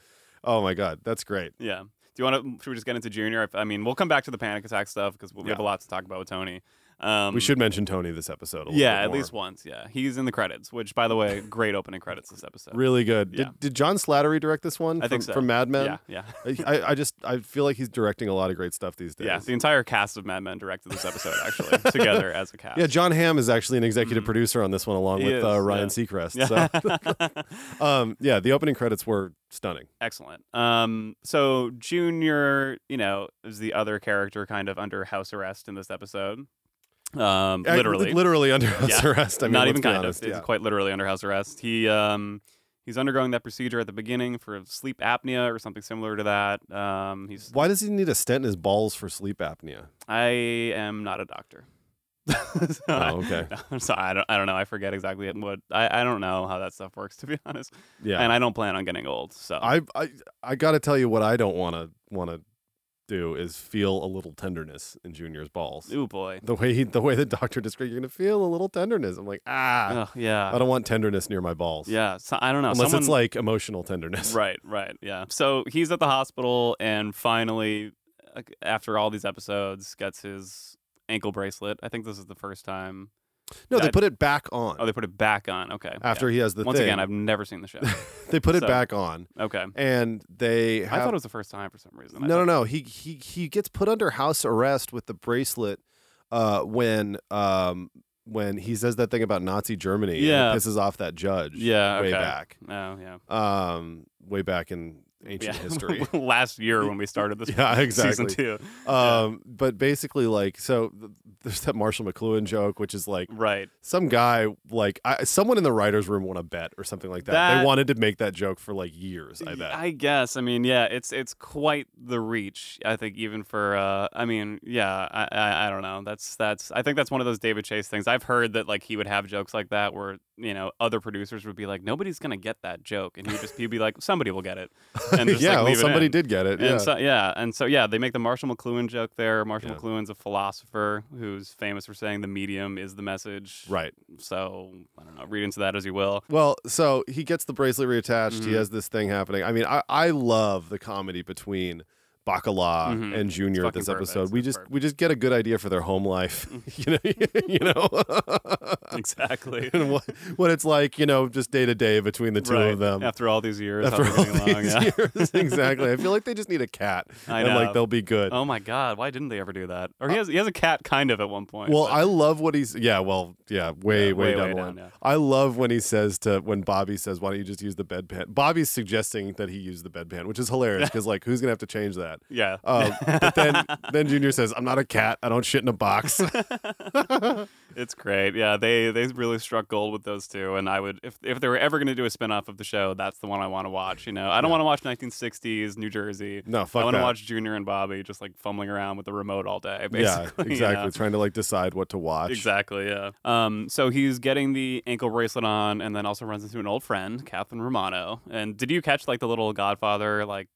Speaker 1: Oh my god, that's great.
Speaker 2: Yeah. mm, Do you want to? Should we just get into Junior? I, I mean, we'll come back to the panic attack stuff because we
Speaker 1: Yeah.
Speaker 2: have a lot to talk about with Tony. Um,
Speaker 1: we should mention Tony this episode. A little
Speaker 2: yeah,
Speaker 1: bit
Speaker 2: at
Speaker 1: more.
Speaker 2: least once. Yeah, he's in the credits, which, by the way, great opening credits this episode.
Speaker 1: Really good.
Speaker 2: Yeah.
Speaker 1: Did, did John Slattery direct this one?
Speaker 2: I
Speaker 1: from,
Speaker 2: think so.
Speaker 1: From Mad Men.
Speaker 2: Yeah, yeah,
Speaker 1: I, I just I feel like he's directing a lot of great stuff these days.
Speaker 2: yeah. The entire cast of Mad Men directed this episode actually together as a cast.
Speaker 1: Yeah, John Hamm is actually an executive producer on this one, along
Speaker 2: Mm-hmm. He
Speaker 1: with uh,
Speaker 2: is,
Speaker 1: Ryan
Speaker 2: yeah.
Speaker 1: Seacrest.
Speaker 2: Yeah.
Speaker 1: So, um, yeah, the opening credits were stunning.
Speaker 2: Excellent. Um, so Junior, you know, is the other character kind of under house arrest in this episode. Um,
Speaker 1: I-
Speaker 2: literally,
Speaker 1: literally under house
Speaker 2: Yeah.
Speaker 1: arrest. I mean,
Speaker 2: not
Speaker 1: let's
Speaker 2: even
Speaker 1: be
Speaker 2: kind
Speaker 1: honest.
Speaker 2: of.
Speaker 1: Yeah.
Speaker 2: It's quite literally under house arrest. He um, he's undergoing that procedure at the beginning for sleep apnea or something similar to that. Um, he's.
Speaker 1: Why does he need a stent in his balls for sleep apnea?
Speaker 2: I am not a doctor. So I-
Speaker 1: Oh, okay.
Speaker 2: no, so I don't. I don't know. I forget exactly what. I, I don't know how that stuff works to be honest.
Speaker 1: Yeah,
Speaker 2: And I don't plan on getting old. So
Speaker 1: I I I got to tell you what I don't want to want to do is feel a little tenderness in Junior's balls.
Speaker 2: Ooh boy.
Speaker 1: The way he, the way the doctor described, you're gonna feel a little tenderness. I'm like, ah,
Speaker 2: Ugh, yeah.
Speaker 1: I don't want tenderness near my balls.
Speaker 2: Yeah. So I don't know.
Speaker 1: unless
Speaker 2: Someone,
Speaker 1: it's like emotional tenderness.
Speaker 2: Right, right. Yeah. So he's at the hospital and finally, uh, after all these episodes, gets his ankle bracelet. I think this is the first time.
Speaker 1: No, they
Speaker 2: That-
Speaker 1: put it back on
Speaker 2: Oh, they put it back on. Okay.
Speaker 1: after he has the
Speaker 2: Yeah. Once
Speaker 1: thing.
Speaker 2: again, I've never seen the show.
Speaker 1: they put it
Speaker 2: so-
Speaker 1: back on,
Speaker 2: Okay.
Speaker 1: and they.
Speaker 2: I
Speaker 1: Have,
Speaker 2: thought it was the first time for some reason. I
Speaker 1: no, no,
Speaker 2: thought-
Speaker 1: no. He he he gets put under house arrest with the bracelet uh, when um when he says that thing about Nazi Germany. and it
Speaker 2: Yeah.
Speaker 1: pisses off that judge.
Speaker 2: Yeah.
Speaker 1: way
Speaker 2: okay.
Speaker 1: back,
Speaker 2: Oh, yeah.
Speaker 1: um, way back in ancient
Speaker 2: yeah.
Speaker 1: history.
Speaker 2: Last year when we started this.
Speaker 1: Yeah, exactly.
Speaker 2: Season two.
Speaker 1: Um, but basically, like, so th- there's that Marshall McLuhan joke, which is like
Speaker 2: Right.
Speaker 1: some guy, like, I, someone in the writers' room won a bet or something like that. They
Speaker 2: That-
Speaker 1: wanted to make that joke for like years. I
Speaker 2: Y-
Speaker 1: bet.
Speaker 2: I guess. I mean, yeah, it's it's quite the reach. I think even for. Uh, I mean, yeah. I, I I don't know. That's that's. I think that's one of those David Chase things. I've heard that like he would have jokes like that where you know other producers would be like, nobody's gonna get that joke, and he'd just he'd be like, somebody will get it, and just,
Speaker 1: yeah,
Speaker 2: like,
Speaker 1: well,
Speaker 2: leave it
Speaker 1: somebody
Speaker 2: in.
Speaker 1: did get it.
Speaker 2: And
Speaker 1: yeah.
Speaker 2: so yeah, and so yeah, they make the Marshall McLuhan joke there. Marshall
Speaker 1: Yeah.
Speaker 2: McLuhan's a philosopher who's famous for saying the medium is the message.
Speaker 1: right.
Speaker 2: So I don't know. Read into that as you will.
Speaker 1: Well, so he gets the bracelet reattached. He
Speaker 2: Mhm.
Speaker 1: has this thing happening. I mean, I, I love the comedy between Bacala
Speaker 2: Mhm.
Speaker 1: and Junior at
Speaker 2: fucking
Speaker 1: this
Speaker 2: perfect.
Speaker 1: episode. We
Speaker 2: It's
Speaker 1: just
Speaker 2: perfect.
Speaker 1: we just get a good idea for their home life. you know, you know,
Speaker 2: Exactly.
Speaker 1: and what, what it's like. You know, just day to day between the two
Speaker 2: right.
Speaker 1: of them.
Speaker 2: After all these years,
Speaker 1: after
Speaker 2: how
Speaker 1: all
Speaker 2: they're getting along,
Speaker 1: these
Speaker 2: yeah.
Speaker 1: years. exactly. I feel like they just need a cat,
Speaker 2: I
Speaker 1: and like
Speaker 2: know.
Speaker 1: they'll be good.
Speaker 2: Oh my God! Why didn't they ever do that? Or he has he has a cat kind of at one point.
Speaker 1: Uh, well,
Speaker 2: but-
Speaker 1: I love what he's. Yeah, well, yeah, way, way,
Speaker 2: Yeah, way,
Speaker 1: down
Speaker 2: way
Speaker 1: the
Speaker 2: down,
Speaker 1: line.
Speaker 2: yeah.
Speaker 1: I love when he says to when Bobby says, "Why don't you just use the bedpan?" Bobby's suggesting that he use the bedpan, which is hilarious because like, who's gonna have to change that?
Speaker 2: yeah.
Speaker 1: Um, but then, then Junior says, "I'm not a cat. I don't shit in a box."
Speaker 2: it's great. Yeah, they they really struck gold with those two. And I would if if they were ever going to do a spin off of the show, that's the one I want to watch. You know, I don't want to watch 1960s New Jersey.
Speaker 1: No,
Speaker 2: I
Speaker 1: fuck
Speaker 2: want
Speaker 1: that.
Speaker 2: to watch Junior and Bobby just like fumbling around with the remote all day.
Speaker 1: yeah,
Speaker 2: Basically, you
Speaker 1: exactly.
Speaker 2: know?
Speaker 1: Trying to like decide what to watch.
Speaker 2: Exactly, yeah. Um, so he's getting the ankle bracelet on, and then also runs into an old friend, Catherine Romano. And did you catch like the little Godfather like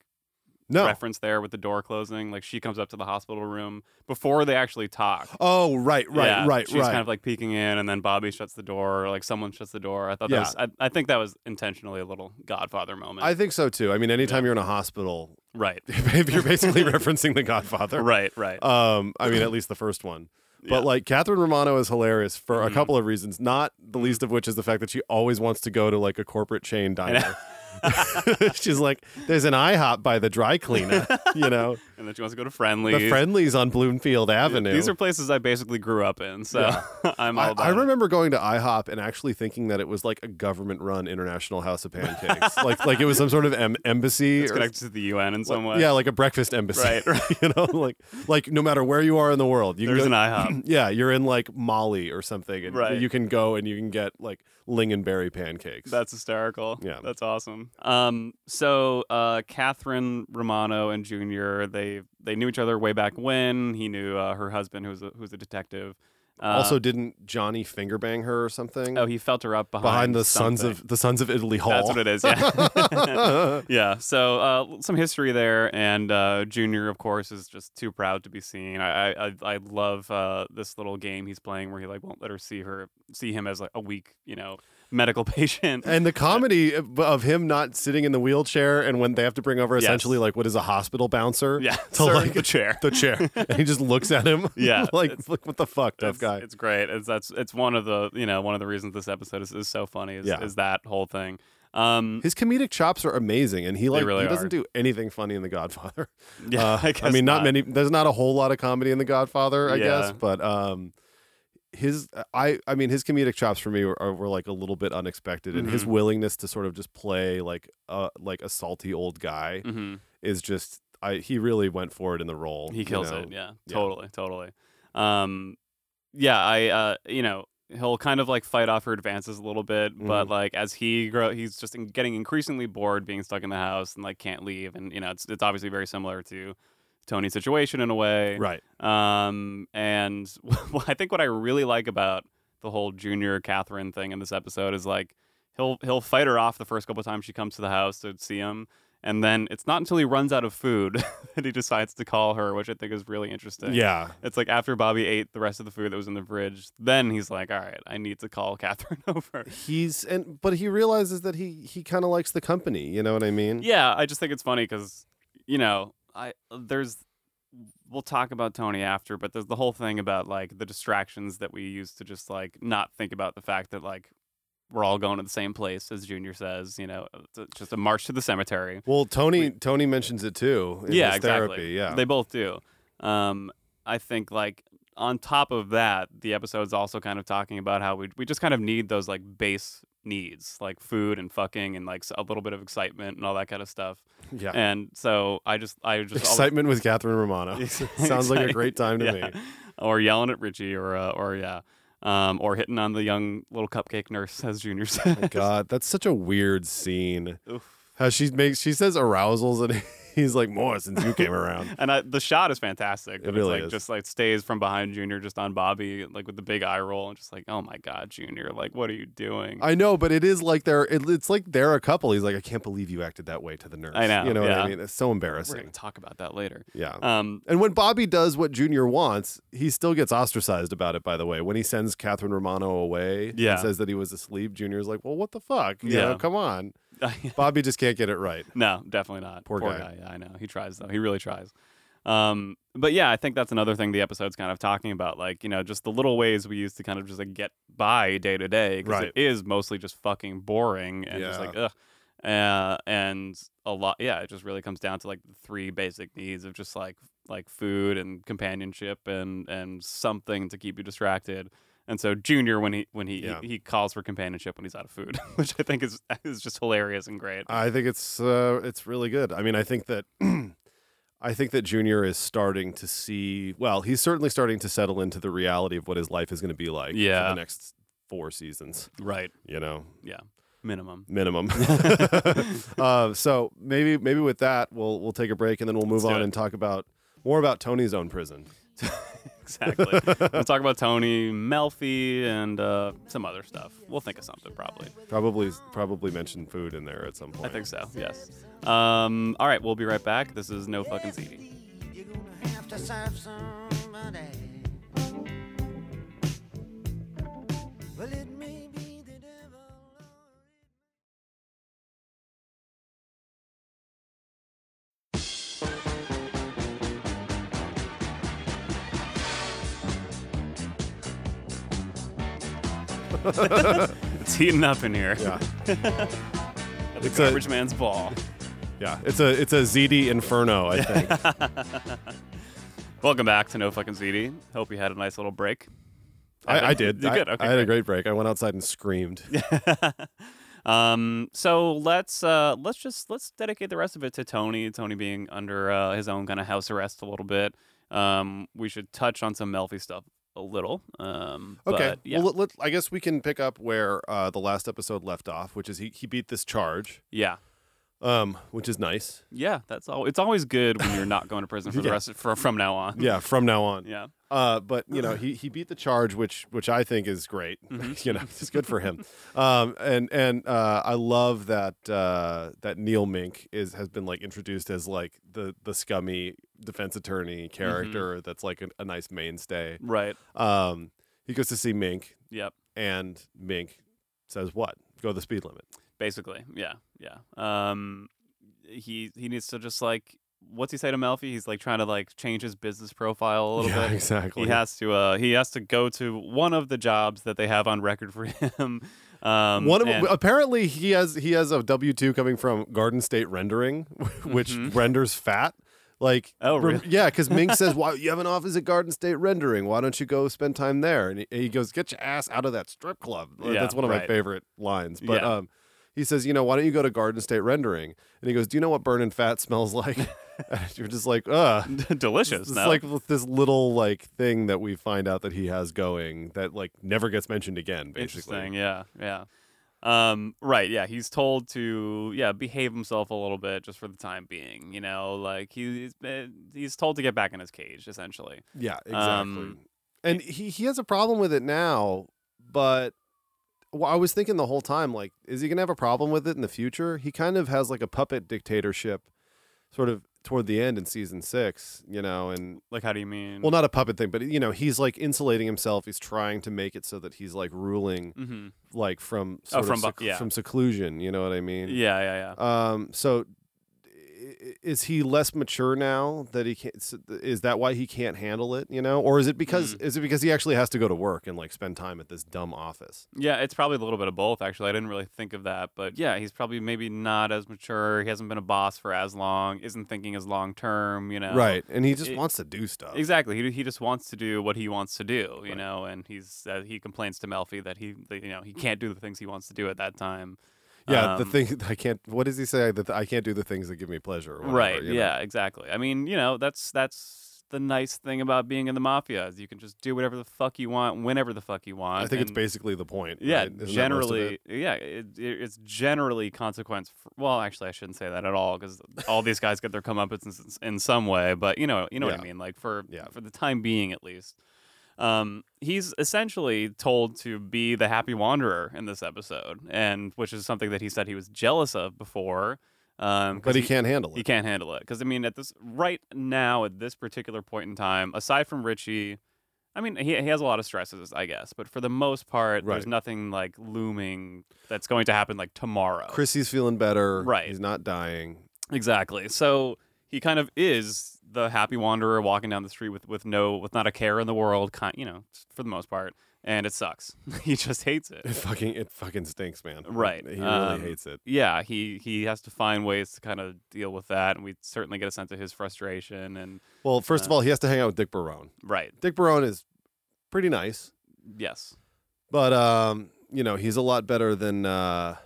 Speaker 1: No.
Speaker 2: reference there with the door closing? Like she comes up to the hospital room before they actually talk.
Speaker 1: oh, right, right,
Speaker 2: Yeah,
Speaker 1: right,
Speaker 2: She's
Speaker 1: right.
Speaker 2: kind of like peeking in, and then Bobby shuts the door, or like someone shuts the door. I thought
Speaker 1: Yeah.
Speaker 2: that was. I, I think that was intentionally a little Godfather moment.
Speaker 1: I think so too. I mean, anytime you're in a hospital,
Speaker 2: right,
Speaker 1: you're basically referencing The Godfather.
Speaker 2: right, right.
Speaker 1: Um, I mean, at least the first one. But
Speaker 2: Yeah.
Speaker 1: like Catherine Romano is hilarious for a
Speaker 2: Mhm.
Speaker 1: couple of reasons, not the least of which is the fact that she always wants to go to like a corporate chain
Speaker 2: Mm-hmm. I know.
Speaker 1: diner. She's like, there's an IHOP by the dry cleaner, you know,
Speaker 2: and then she wants to go to friendlies.
Speaker 1: the friendlies on Bloomfield Avenue.
Speaker 2: These are places I basically grew up in, so I'm all
Speaker 1: I,
Speaker 2: about
Speaker 1: I
Speaker 2: it.
Speaker 1: remember going to IHOP and actually thinking that it was like a government-run international house of pancakes, like like it was some sort of em- embassy.
Speaker 2: It's
Speaker 1: or-
Speaker 2: connected to the UN in some
Speaker 1: like-
Speaker 2: way.
Speaker 1: Yeah, like a breakfast embassy.
Speaker 2: Right,
Speaker 1: you know, like like no matter where you are in the world, you can
Speaker 2: There's
Speaker 1: go-
Speaker 2: an IHOP.
Speaker 1: Yeah, you're in like Mali or something, and
Speaker 2: Right.
Speaker 1: you can go and you can get like lingonberry pancakes.
Speaker 2: That's hysterical.
Speaker 1: Yeah.
Speaker 2: That's awesome. Um, so uh, Catherine Romano and Junior, they they knew each other way back when. He knew uh, her husband, who's a, who's a detective. Uh,
Speaker 1: also, didn't Johnny finger bang her or something
Speaker 2: oh, he felt her up behind,
Speaker 1: behind the sons
Speaker 2: something.
Speaker 1: of the sons of Italy Hall?
Speaker 2: That's what it is. Yeah. yeah. So uh, some history there, and uh, Junior, of course, is just too proud to be seen. I I, I- I love uh, this little game he's playing where he like won't let her see her see him as like a weak, you know, medical patient.
Speaker 1: And the comedy of of him not sitting in the wheelchair, and when they have to bring over
Speaker 2: Yes.
Speaker 1: essentially like what is a hospital bouncer?
Speaker 2: yeah,
Speaker 1: to
Speaker 2: serving
Speaker 1: like
Speaker 2: the chair.
Speaker 1: the chair, and he just looks at him.
Speaker 2: Yeah,
Speaker 1: like
Speaker 2: it's-
Speaker 1: look what the fuck, tough
Speaker 2: it's,
Speaker 1: guy.
Speaker 2: It's great. It's that's it's one of the you know one of the reasons this episode is, is so funny is,
Speaker 1: Yeah.
Speaker 2: is that whole thing. Um,
Speaker 1: His comedic chops are amazing, and he like
Speaker 2: really
Speaker 1: he doesn't
Speaker 2: are.
Speaker 1: do anything funny in The Godfather.
Speaker 2: yeah,
Speaker 1: Uh,
Speaker 2: I, guess
Speaker 1: mean, not, many. There's not a whole lot of comedy in The Godfather, I guess.
Speaker 2: Yeah.
Speaker 1: But um, his, I, I mean, his comedic chops for me were, are- were like a little bit unexpected, and
Speaker 2: Mm-hmm.
Speaker 1: his willingness to sort of just play like a like a salty old guy
Speaker 2: Mhm.
Speaker 1: is just, I he really went for it in the role.
Speaker 2: He
Speaker 1: you
Speaker 2: kills
Speaker 1: know?
Speaker 2: it. Yeah,
Speaker 1: Yeah.
Speaker 2: totally, totally. Um, yeah, I uh, you know he'll kind of like fight off her advances a little bit,
Speaker 1: Mm-hmm.
Speaker 2: but like as he grow, he's just in- getting increasingly bored being stuck in the house and like can't leave, and you know it's it's obviously very similar to Tony's situation in a way.
Speaker 1: Right.
Speaker 2: Um, and well, I think what I really like about the whole Junior Catherine thing in this episode is like he'll he'll fight her off the first couple times she comes to the house to see him, and then it's not until he runs out of food that he decides to call her, which I think is really interesting.
Speaker 1: Yeah.
Speaker 2: It's like after Bobby ate the rest of the food that was in the fridge, then he's like, "All right, I need to call Catherine over."
Speaker 1: He's and but he realizes that he he kind of likes the company. You know what I mean?
Speaker 2: Yeah, I just think it's funny because you know, I there's we'll talk about Tony after, but there's the whole thing about like the distractions that we use to just like not think about the fact that like we're all going to the same place, as Junior says. You know, it's a- just a march to the cemetery.
Speaker 1: Well, Tony Tony mentions it too. In
Speaker 2: yeah,
Speaker 1: his
Speaker 2: exactly.
Speaker 1: Therapy. Yeah.
Speaker 2: they both do. Um, I think like on top of that, the episode's also kind of talking about how we we just kind of need those like base needs like food and fucking and like s- a little bit of excitement and all that kind of stuff.
Speaker 1: yeah.
Speaker 2: And so I just, I just
Speaker 1: Excitement with Catherine Romano.
Speaker 2: Always,
Speaker 1: Sounds like a great time to
Speaker 2: Yeah.
Speaker 1: me.
Speaker 2: Or yelling at Richie, or uh, or yeah, um, or hitting on the young little cupcake nurse, as Junior
Speaker 1: Oh
Speaker 2: said.
Speaker 1: God, that's such a weird scene.
Speaker 2: Oof.
Speaker 1: How she makes she says arousals and he's like more since you came around.
Speaker 2: And I, the shot is fantastic. but
Speaker 1: really
Speaker 2: it's like
Speaker 1: is.
Speaker 2: just like stays from behind Junior, just on Bobby, like with the big eye roll, and just like, oh my God, Junior, like what are you doing?
Speaker 1: I know, but it is like they're it, it's like they're a couple. He's like, I can't believe you acted that way to the nurse.
Speaker 2: I know,
Speaker 1: You know what I
Speaker 2: yeah.
Speaker 1: mean? It's so
Speaker 2: We're gonna
Speaker 1: embarrassing.
Speaker 2: talk about that later.
Speaker 1: Yeah.
Speaker 2: Um,
Speaker 1: and when Bobby does what Junior wants, he still gets ostracized about it, by the way. When he sends Catherine Romano away
Speaker 2: Yeah.
Speaker 1: and says that he was asleep, Junior's like, Well, what the fuck? You know,
Speaker 2: Yeah.
Speaker 1: come on. Bobby just can't get it right.
Speaker 2: No, definitely not.
Speaker 1: Poor guy.
Speaker 2: Yeah, I know. He tries though. He really tries. Um, but yeah, I think that's another thing the episode's kind of talking about, like you know, just the little ways we use to kind of just like get by day to day, because
Speaker 1: Right.
Speaker 2: it is mostly just fucking boring and just
Speaker 1: Yeah.
Speaker 2: like ugh. Uh, and a lot, yeah, it just really comes down to like the three basic needs of just like like food and companionship and and something to keep you distracted. And so Junior, when he when he
Speaker 1: Yeah.
Speaker 2: he, he calls for companionship when he's out of food, which I think is is just hilarious and great.
Speaker 1: I think it's uh, it's really good. I mean, I think that I think that Junior is starting to see. Well, he's certainly starting to settle into the reality of what his life is going to be like for
Speaker 2: Yeah.
Speaker 1: the next four seasons.
Speaker 2: right.
Speaker 1: You know,
Speaker 2: Yeah, minimum.
Speaker 1: minimum. uh, so maybe maybe with that, we'll we'll take a break and then we'll move
Speaker 2: do
Speaker 1: on
Speaker 2: it.
Speaker 1: and talk about more about Tony's own prison.
Speaker 2: Exactly. we'll talk about Tony, Melfi, and uh, some other stuff. We'll think of something probably.
Speaker 1: Probably probably mention food in there at some
Speaker 2: I
Speaker 1: point.
Speaker 2: think so. Yes. Um, all right, we'll be right back. This is no fucking CD.
Speaker 3: You're gonna have to serve somebody. Well, it may be the devil. or-
Speaker 2: It's heating up in here.
Speaker 1: Yeah,
Speaker 2: the
Speaker 1: It's a-
Speaker 2: garbage man's ball.
Speaker 1: yeah. It's a it's a ZD inferno. I think.
Speaker 2: Welcome back to No Fucking CD. Hope you had a nice little break.
Speaker 1: I, I did.
Speaker 2: You
Speaker 1: I,
Speaker 2: good? Okay,
Speaker 1: I had a
Speaker 2: great.
Speaker 1: great break. I went outside and screamed.
Speaker 2: Um, so let's uh, let's just let's dedicate the rest of it to Tony. Tony being under uh, his own kind of house arrest a little bit. Um, we should touch on some Melfi stuff a little. Um,
Speaker 1: Okay.
Speaker 2: but, yeah,
Speaker 1: Well, let, let, I guess we can pick up where uh, the last episode left off, which is he, he beat this charge,
Speaker 2: yeah,
Speaker 1: um, which is nice.
Speaker 2: yeah. That's all. It's always good when you're not going to prison for the
Speaker 1: Yeah.
Speaker 2: rest of, for, from now on.
Speaker 1: Yeah, from now on.
Speaker 2: yeah,
Speaker 1: Uh, but you know, he, he beat the charge, which which I think is great.
Speaker 2: Mm-hmm.
Speaker 1: you know, it's good for him. Um, and and uh, I love that uh, that Neil Mink is has been like introduced as like the the scummy defense attorney character
Speaker 2: Mm-hmm.
Speaker 1: that's like a, a nice mainstay.
Speaker 2: right.
Speaker 1: Um, he goes to see Mink,
Speaker 2: Yep.
Speaker 1: and Mink says what? go the speed limit.
Speaker 2: basically. Yeah, yeah. Um, he he needs to just like what's he say to Melfi? He's like trying to like change his business profile a little
Speaker 1: yeah,
Speaker 2: bit.
Speaker 1: Exactly.
Speaker 2: He has to uh he has to go to one of the jobs that they have on record for him. Um,
Speaker 1: One of
Speaker 2: and-
Speaker 1: apparently he has he has a W two coming from Garden State Rendering, which
Speaker 2: Mhm.
Speaker 1: renders fat. Like
Speaker 2: Oh,
Speaker 1: rem-
Speaker 2: really?
Speaker 1: yeah, because Mink says, "Why you have an office at Garden State Rendering? Why don't you go spend time there?" And he, he goes, "Get your ass out of that strip club." Like,
Speaker 2: Yeah,
Speaker 1: That's one of my
Speaker 2: right.
Speaker 1: favorite lines. But
Speaker 2: Yeah.
Speaker 1: um, he says, "You know, why don't you go to Garden State Rendering?" And he goes, "Do you know what burning fat smells like?" And you're just like, "Ugh."
Speaker 2: delicious.
Speaker 1: It's
Speaker 2: no?
Speaker 1: like this little like thing that we find out that he has going that like never gets mentioned again. Basically,
Speaker 2: Interesting. Yeah, yeah. Um, right. Yeah, he's told to yeah behave himself a little bit just for the time being. You know, like he, he's uh, he's told to get back in his cage essentially.
Speaker 1: Yeah, exactly.
Speaker 2: Um,
Speaker 1: and he, he has a problem with it now, but well, I was thinking the whole time, like, is he going to have a problem with it in the future? He kind of has like a puppet dictatorship sort of toward the end in season six, you know, and
Speaker 2: Like, how do you mean?
Speaker 1: well, not a puppet thing, but, you know, he's like insulating himself. He's trying to make it so that he's like ruling,
Speaker 2: hmm
Speaker 1: like, from
Speaker 2: Oh,
Speaker 1: sort
Speaker 2: from
Speaker 1: of
Speaker 2: bu- yeah.
Speaker 1: from seclusion, you know what I mean?
Speaker 2: Yeah, yeah, yeah.
Speaker 1: Um, so i- is he less mature now that he can't? s- Is that why he can't handle it? You know, or is it
Speaker 2: Mm.
Speaker 1: because is it because he actually has to go to work and like spend time at this dumb office?
Speaker 2: Yeah, it's probably a little bit of both, actually. I didn't really think of that. But yeah, he's probably maybe not as mature. He hasn't been a boss for as long, isn't thinking as long term, you know?
Speaker 1: Right, and he just
Speaker 2: It-
Speaker 1: wants to do stuff.
Speaker 2: Exactly. He, he just wants to do what he wants to do, you
Speaker 1: Oh. Right.
Speaker 2: know, and he's uh, he complains to Melfi that he that, you know he can't do the things he wants to do at that time.
Speaker 1: Yeah, the
Speaker 2: Um,
Speaker 1: thing I can't. What does he say? That I can't do the things that give me pleasure. Or whatever,
Speaker 2: right.
Speaker 1: you know?
Speaker 2: yeah. Exactly. I mean, you know, that's that's the nice thing about being in the mafia is you can just do whatever the fuck you want, whenever the fuck you want.
Speaker 1: I think it's
Speaker 2: and-
Speaker 1: basically the point.
Speaker 2: Yeah,
Speaker 1: right? Isn't that most of
Speaker 2: generally,
Speaker 1: it?
Speaker 2: yeah, it, it, it's generally consequence. fr well, actually, I shouldn't say that at all because all these guys get their comeuppance in, in some way. But you know, you know what
Speaker 1: Yeah.
Speaker 2: I mean. Like for
Speaker 1: Yeah.
Speaker 2: for the time being, at least, um, he's essentially told to be the happy wanderer in this episode, and which is something that he said he was jealous of before. Um, 'cause
Speaker 1: but he, can't handle
Speaker 2: he
Speaker 1: it.
Speaker 2: can't handle it because I mean, at this right now, at this particular point in time, aside from Richie, I mean, he, he has a lot of stresses, I guess. But for the most part,
Speaker 1: Right.
Speaker 2: there's nothing like looming that's going to happen like tomorrow.
Speaker 1: Chrissy's feeling better.
Speaker 2: Right.
Speaker 1: he's not dying.
Speaker 2: Exactly. So he kind of is the happy wanderer walking down the street with with no with not a care in the world, kind, you know, for the most part, and it sucks. he just hates it.
Speaker 1: It fucking it fucking stinks, man.
Speaker 2: Right,
Speaker 1: he really
Speaker 2: um,
Speaker 1: hates it.
Speaker 2: yeah, he he has to find ways to kind of deal with that, and we certainly get a sense of his frustration. And
Speaker 1: Well, first of
Speaker 2: uh,
Speaker 1: all, he has to hang out with Dick Barone.
Speaker 2: right,
Speaker 1: Dick Barone is pretty nice,
Speaker 2: yes,
Speaker 1: but um, you know, he's a lot better than uh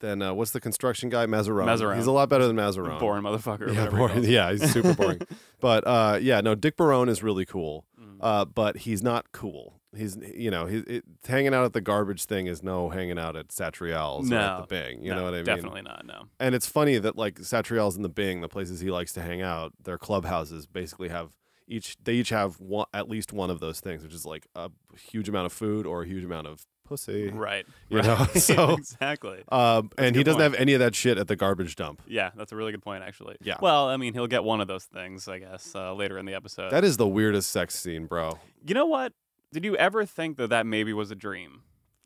Speaker 1: than uh, what's the construction guy Mazaron.
Speaker 2: Mazaron.
Speaker 1: He's a lot better than Mazaron.
Speaker 2: boring motherfucker.
Speaker 1: Yeah,
Speaker 2: or whatever he
Speaker 1: boring.
Speaker 2: calls
Speaker 1: yeah, he's super boring. but uh, yeah, no, Dick Barone is really cool.
Speaker 2: Mhm.
Speaker 1: Uh, but he's not cool. He's you know, he, it, hanging out at the garbage thing is no hanging out at Satrial's or at the
Speaker 2: No.
Speaker 1: Bing. You
Speaker 2: No,
Speaker 1: know what I mean?
Speaker 2: Definitely not. No.
Speaker 1: and it's funny that like Satrial's and the Bing, the places he likes to hang out, their clubhouses basically have each they each have one, at least one of those things, which is like a huge amount of food or a huge amount of pussy.
Speaker 2: Right.
Speaker 1: You
Speaker 2: right.
Speaker 1: know, so-
Speaker 2: exactly.
Speaker 1: Um, and
Speaker 2: a
Speaker 1: he
Speaker 2: good
Speaker 1: doesn't
Speaker 2: point.
Speaker 1: have any of that shit at the garbage dump.
Speaker 2: Yeah, that's a really good point, actually.
Speaker 1: Yeah.
Speaker 2: Well, I mean, he'll get one of those things, I guess, uh, later in the episode.
Speaker 1: That is the weirdest sex scene, bro.
Speaker 2: you know what? Did you ever think that that maybe was a dream?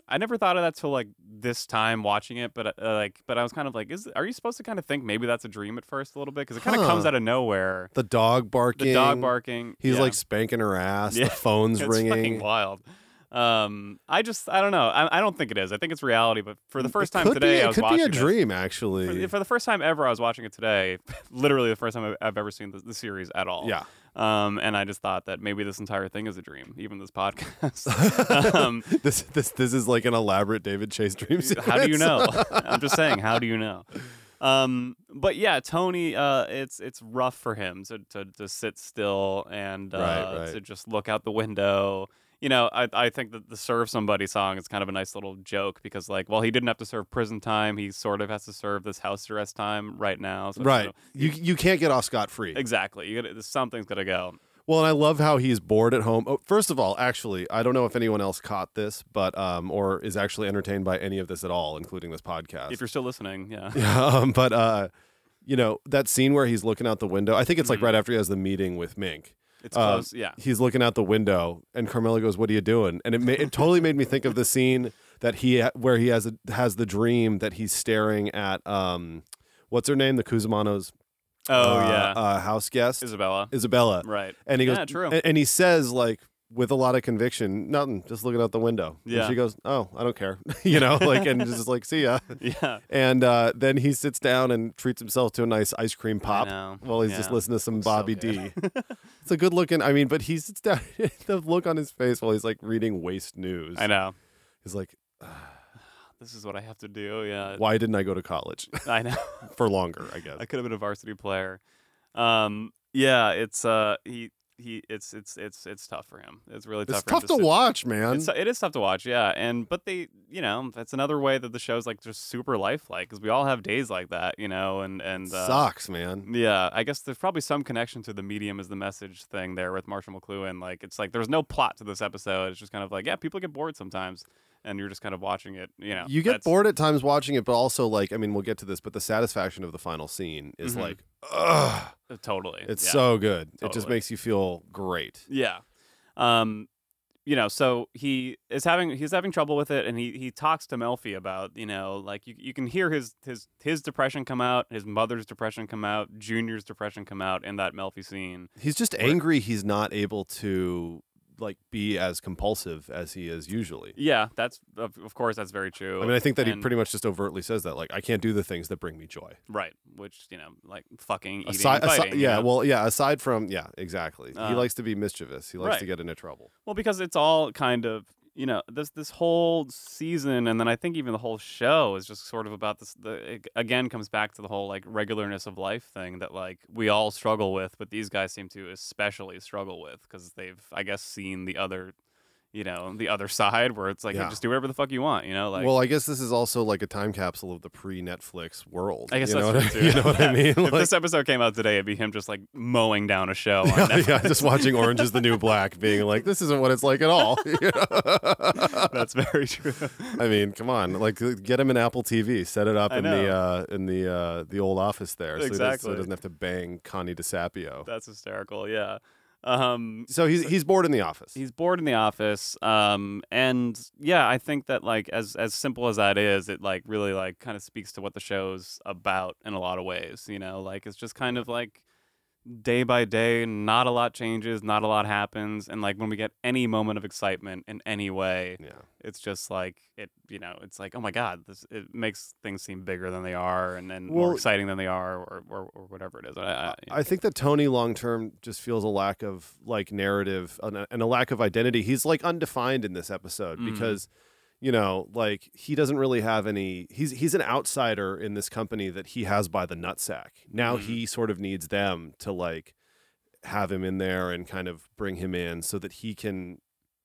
Speaker 2: I never thought of that till like this time watching it, but uh, like, but I was kind of like, is are you supposed to kind of think maybe that's a dream at first a little bit because it kind of
Speaker 1: Huh.
Speaker 2: comes out of nowhere.
Speaker 1: The dog barking.
Speaker 2: The dog barking.
Speaker 1: He's
Speaker 2: yeah.
Speaker 1: like spanking her ass.
Speaker 2: Yeah.
Speaker 1: The phone's
Speaker 2: it's fucking
Speaker 1: ringing.
Speaker 2: wild. Um, I just I don't know. I, I don't think it is. I think it's reality. But for the first
Speaker 1: It
Speaker 2: time
Speaker 1: could
Speaker 2: today,
Speaker 1: be,
Speaker 2: I
Speaker 1: it
Speaker 2: was
Speaker 1: could
Speaker 2: watching
Speaker 1: be a
Speaker 2: it.
Speaker 1: dream,
Speaker 2: For,
Speaker 1: actually.
Speaker 2: the- for the first time ever, I was watching it today. Literally the first time I've, I've ever seen the, the series at all.
Speaker 1: yeah,
Speaker 2: Um, and I just thought that maybe this entire thing is a dream, even this podcast. um,
Speaker 1: this this this is like an elaborate David Chase dream sequence.
Speaker 2: how do you know? I'm just saying, how do you know? Um, but yeah, Tony, uh, it's it's rough for him to to, to sit still and uh,
Speaker 1: Right, right.
Speaker 2: to just look out the window. You know, I I think that the serve somebody song is kind of a nice little joke because like, well, he didn't have to serve prison time. He sort of has to serve this house arrest time right now. So
Speaker 1: right? You you can't get off scot free.
Speaker 2: Exactly. You gotta, something's gotta go.
Speaker 1: Well, and I love how he's bored at home. Oh, first of all, actually, I don't know if anyone else caught this, but um, or is actually entertained by any of this at all, including this podcast.
Speaker 2: If you're still listening, yeah.
Speaker 1: um, but uh, you know that scene where he's looking out the window. I think it's like right after he has the meeting with Mink,
Speaker 2: Mm-hmm. It's
Speaker 1: Um,
Speaker 2: close. Yeah.
Speaker 1: he's looking out the window and Carmela goes, "What are you doing?" And it ma- it totally made me think of the scene that he ha- where he has a, has the dream that he's staring at um what's her name, the Cusimano's
Speaker 2: Oh
Speaker 1: uh,
Speaker 2: yeah.
Speaker 1: uh, house guest
Speaker 2: Isabella.
Speaker 1: Isabella.
Speaker 2: Right.
Speaker 1: And he goes,
Speaker 2: Yeah, true.
Speaker 1: And, and he says like with a lot of conviction, nothing, just looking out the window. And
Speaker 2: Yeah.
Speaker 1: she goes, "Oh, I don't care," you know, like and just like, "See ya."
Speaker 2: Yeah.
Speaker 1: And uh, then he sits down and treats himself to a nice ice cream pop
Speaker 2: know.
Speaker 1: while he's just
Speaker 2: Yeah.
Speaker 1: listening to some
Speaker 2: so
Speaker 1: Bobby D. it's a good looking. I mean, but he sits down. the look on his face while he's like reading Waste News.
Speaker 2: I know.
Speaker 1: He's like,
Speaker 2: This is what I have to do. Yeah.
Speaker 1: "Why didn't I go to college
Speaker 2: I know.
Speaker 1: for longer?" I guess.
Speaker 2: I could have been Uh, a varsity player. Um. Yeah. It's uh. He. He. It's. It's. It's. It's tough for him. It's really tough.
Speaker 1: it's
Speaker 2: for him
Speaker 1: tough to
Speaker 2: sit-
Speaker 1: watch, man.
Speaker 2: It's, it is tough to watch, yeah. And but they, you know, that's another way that the show's like just super lifelike because we all have days like that, you know. And and uh,
Speaker 1: Sucks, man.
Speaker 2: Yeah, I guess there's probably some connection to the medium is the message thing there with Marshall McLuhan. Like, it's like there's no plot to this episode. It's just kind of like, yeah, people get bored sometimes, and you're just kind of watching it. You know,
Speaker 1: You get
Speaker 2: that's-
Speaker 1: bored at times watching it, but also like, I mean, we'll get to this, but the satisfaction of the final scene is
Speaker 2: Mhm.
Speaker 1: like, ugh,
Speaker 2: Totally,
Speaker 1: it's
Speaker 2: yeah.
Speaker 1: so good. It just
Speaker 2: Totally.
Speaker 1: makes you feel great.
Speaker 2: Yeah. Um, you know, so he is having he's having trouble with it, and he he talks to Melfi about you know like you you can hear his his his depression come out, his mother's depression come out, Junior's depression come out in that Melfi scene.
Speaker 1: He's just angry he's not able to like be as compulsive as he is usually.
Speaker 2: Yeah, that's of, of course that's very true.
Speaker 1: I mean, I think that he
Speaker 2: And-
Speaker 1: pretty much just overtly says that, like, I can't do the things that bring me joy.
Speaker 2: right, which you know like fucking eating,
Speaker 1: Asi-
Speaker 2: and
Speaker 1: asi-
Speaker 2: fighting, you
Speaker 1: yeah,
Speaker 2: know?
Speaker 1: well, yeah. Aside from, yeah, exactly. he
Speaker 2: Uh,
Speaker 1: likes to be mischievous. He likes to
Speaker 2: right.
Speaker 1: get into trouble.
Speaker 2: Well, because it's all kind of you know this this whole season, and then I think even the whole show is just sort of about this. The it again comes back to the whole like regularness of life thing that like we all struggle with, but these guys seem to especially struggle with because they've I guess seen the other, you know, the other side where it's like hey,
Speaker 1: Yeah.
Speaker 2: just do whatever the fuck you want, you know, like.
Speaker 1: well, I guess this is also like a time capsule of the pre-Netflix world.
Speaker 2: I guess
Speaker 1: you
Speaker 2: that's
Speaker 1: know
Speaker 2: true
Speaker 1: what I,
Speaker 2: too.
Speaker 1: you know what I mean.
Speaker 2: If this episode came out today, it'd be him just like mowing down a show. On
Speaker 1: Like, yeah,
Speaker 2: Netflix.
Speaker 1: just watching Orange Is the New Black, being like, this isn't what it's like at all. You know?
Speaker 2: That's very true.
Speaker 1: I mean, come on, like uh, get him an Apple TV, set it up
Speaker 2: I
Speaker 1: in the
Speaker 2: know.
Speaker 1: uh, in the uh, the old office there, so he, does, so he
Speaker 2: Exactly.
Speaker 1: doesn't have to bang Connie DeSapio.
Speaker 2: That's hysterical. Yeah. Um,
Speaker 1: so he's he's bored in the office.
Speaker 2: He's bored in the office. Um, and yeah, I think that like as as simple as that is, it like really like kind of speaks to what the show's about in a lot of ways. You know, like it's just kind of like day by day, not a lot changes, not a lot happens, and like when we get any moment of excitement in any way,
Speaker 1: yeah,
Speaker 2: it's just like it. You know, it's like oh my god, this it makes things seem bigger than they are, and and
Speaker 1: Well-
Speaker 2: more exciting than they are, or or, or whatever it is. I, I,
Speaker 1: I think that Tony long term just feels a lack of like narrative and a, and a lack of identity. He's like undefined in this episode
Speaker 2: Mhm.
Speaker 1: because you know, like he doesn't really have any he's he's an outsider in this company that he has by the nutsack. Now
Speaker 2: Mhm.
Speaker 1: he sort of needs them to like have him in there and kind of bring him in so that he can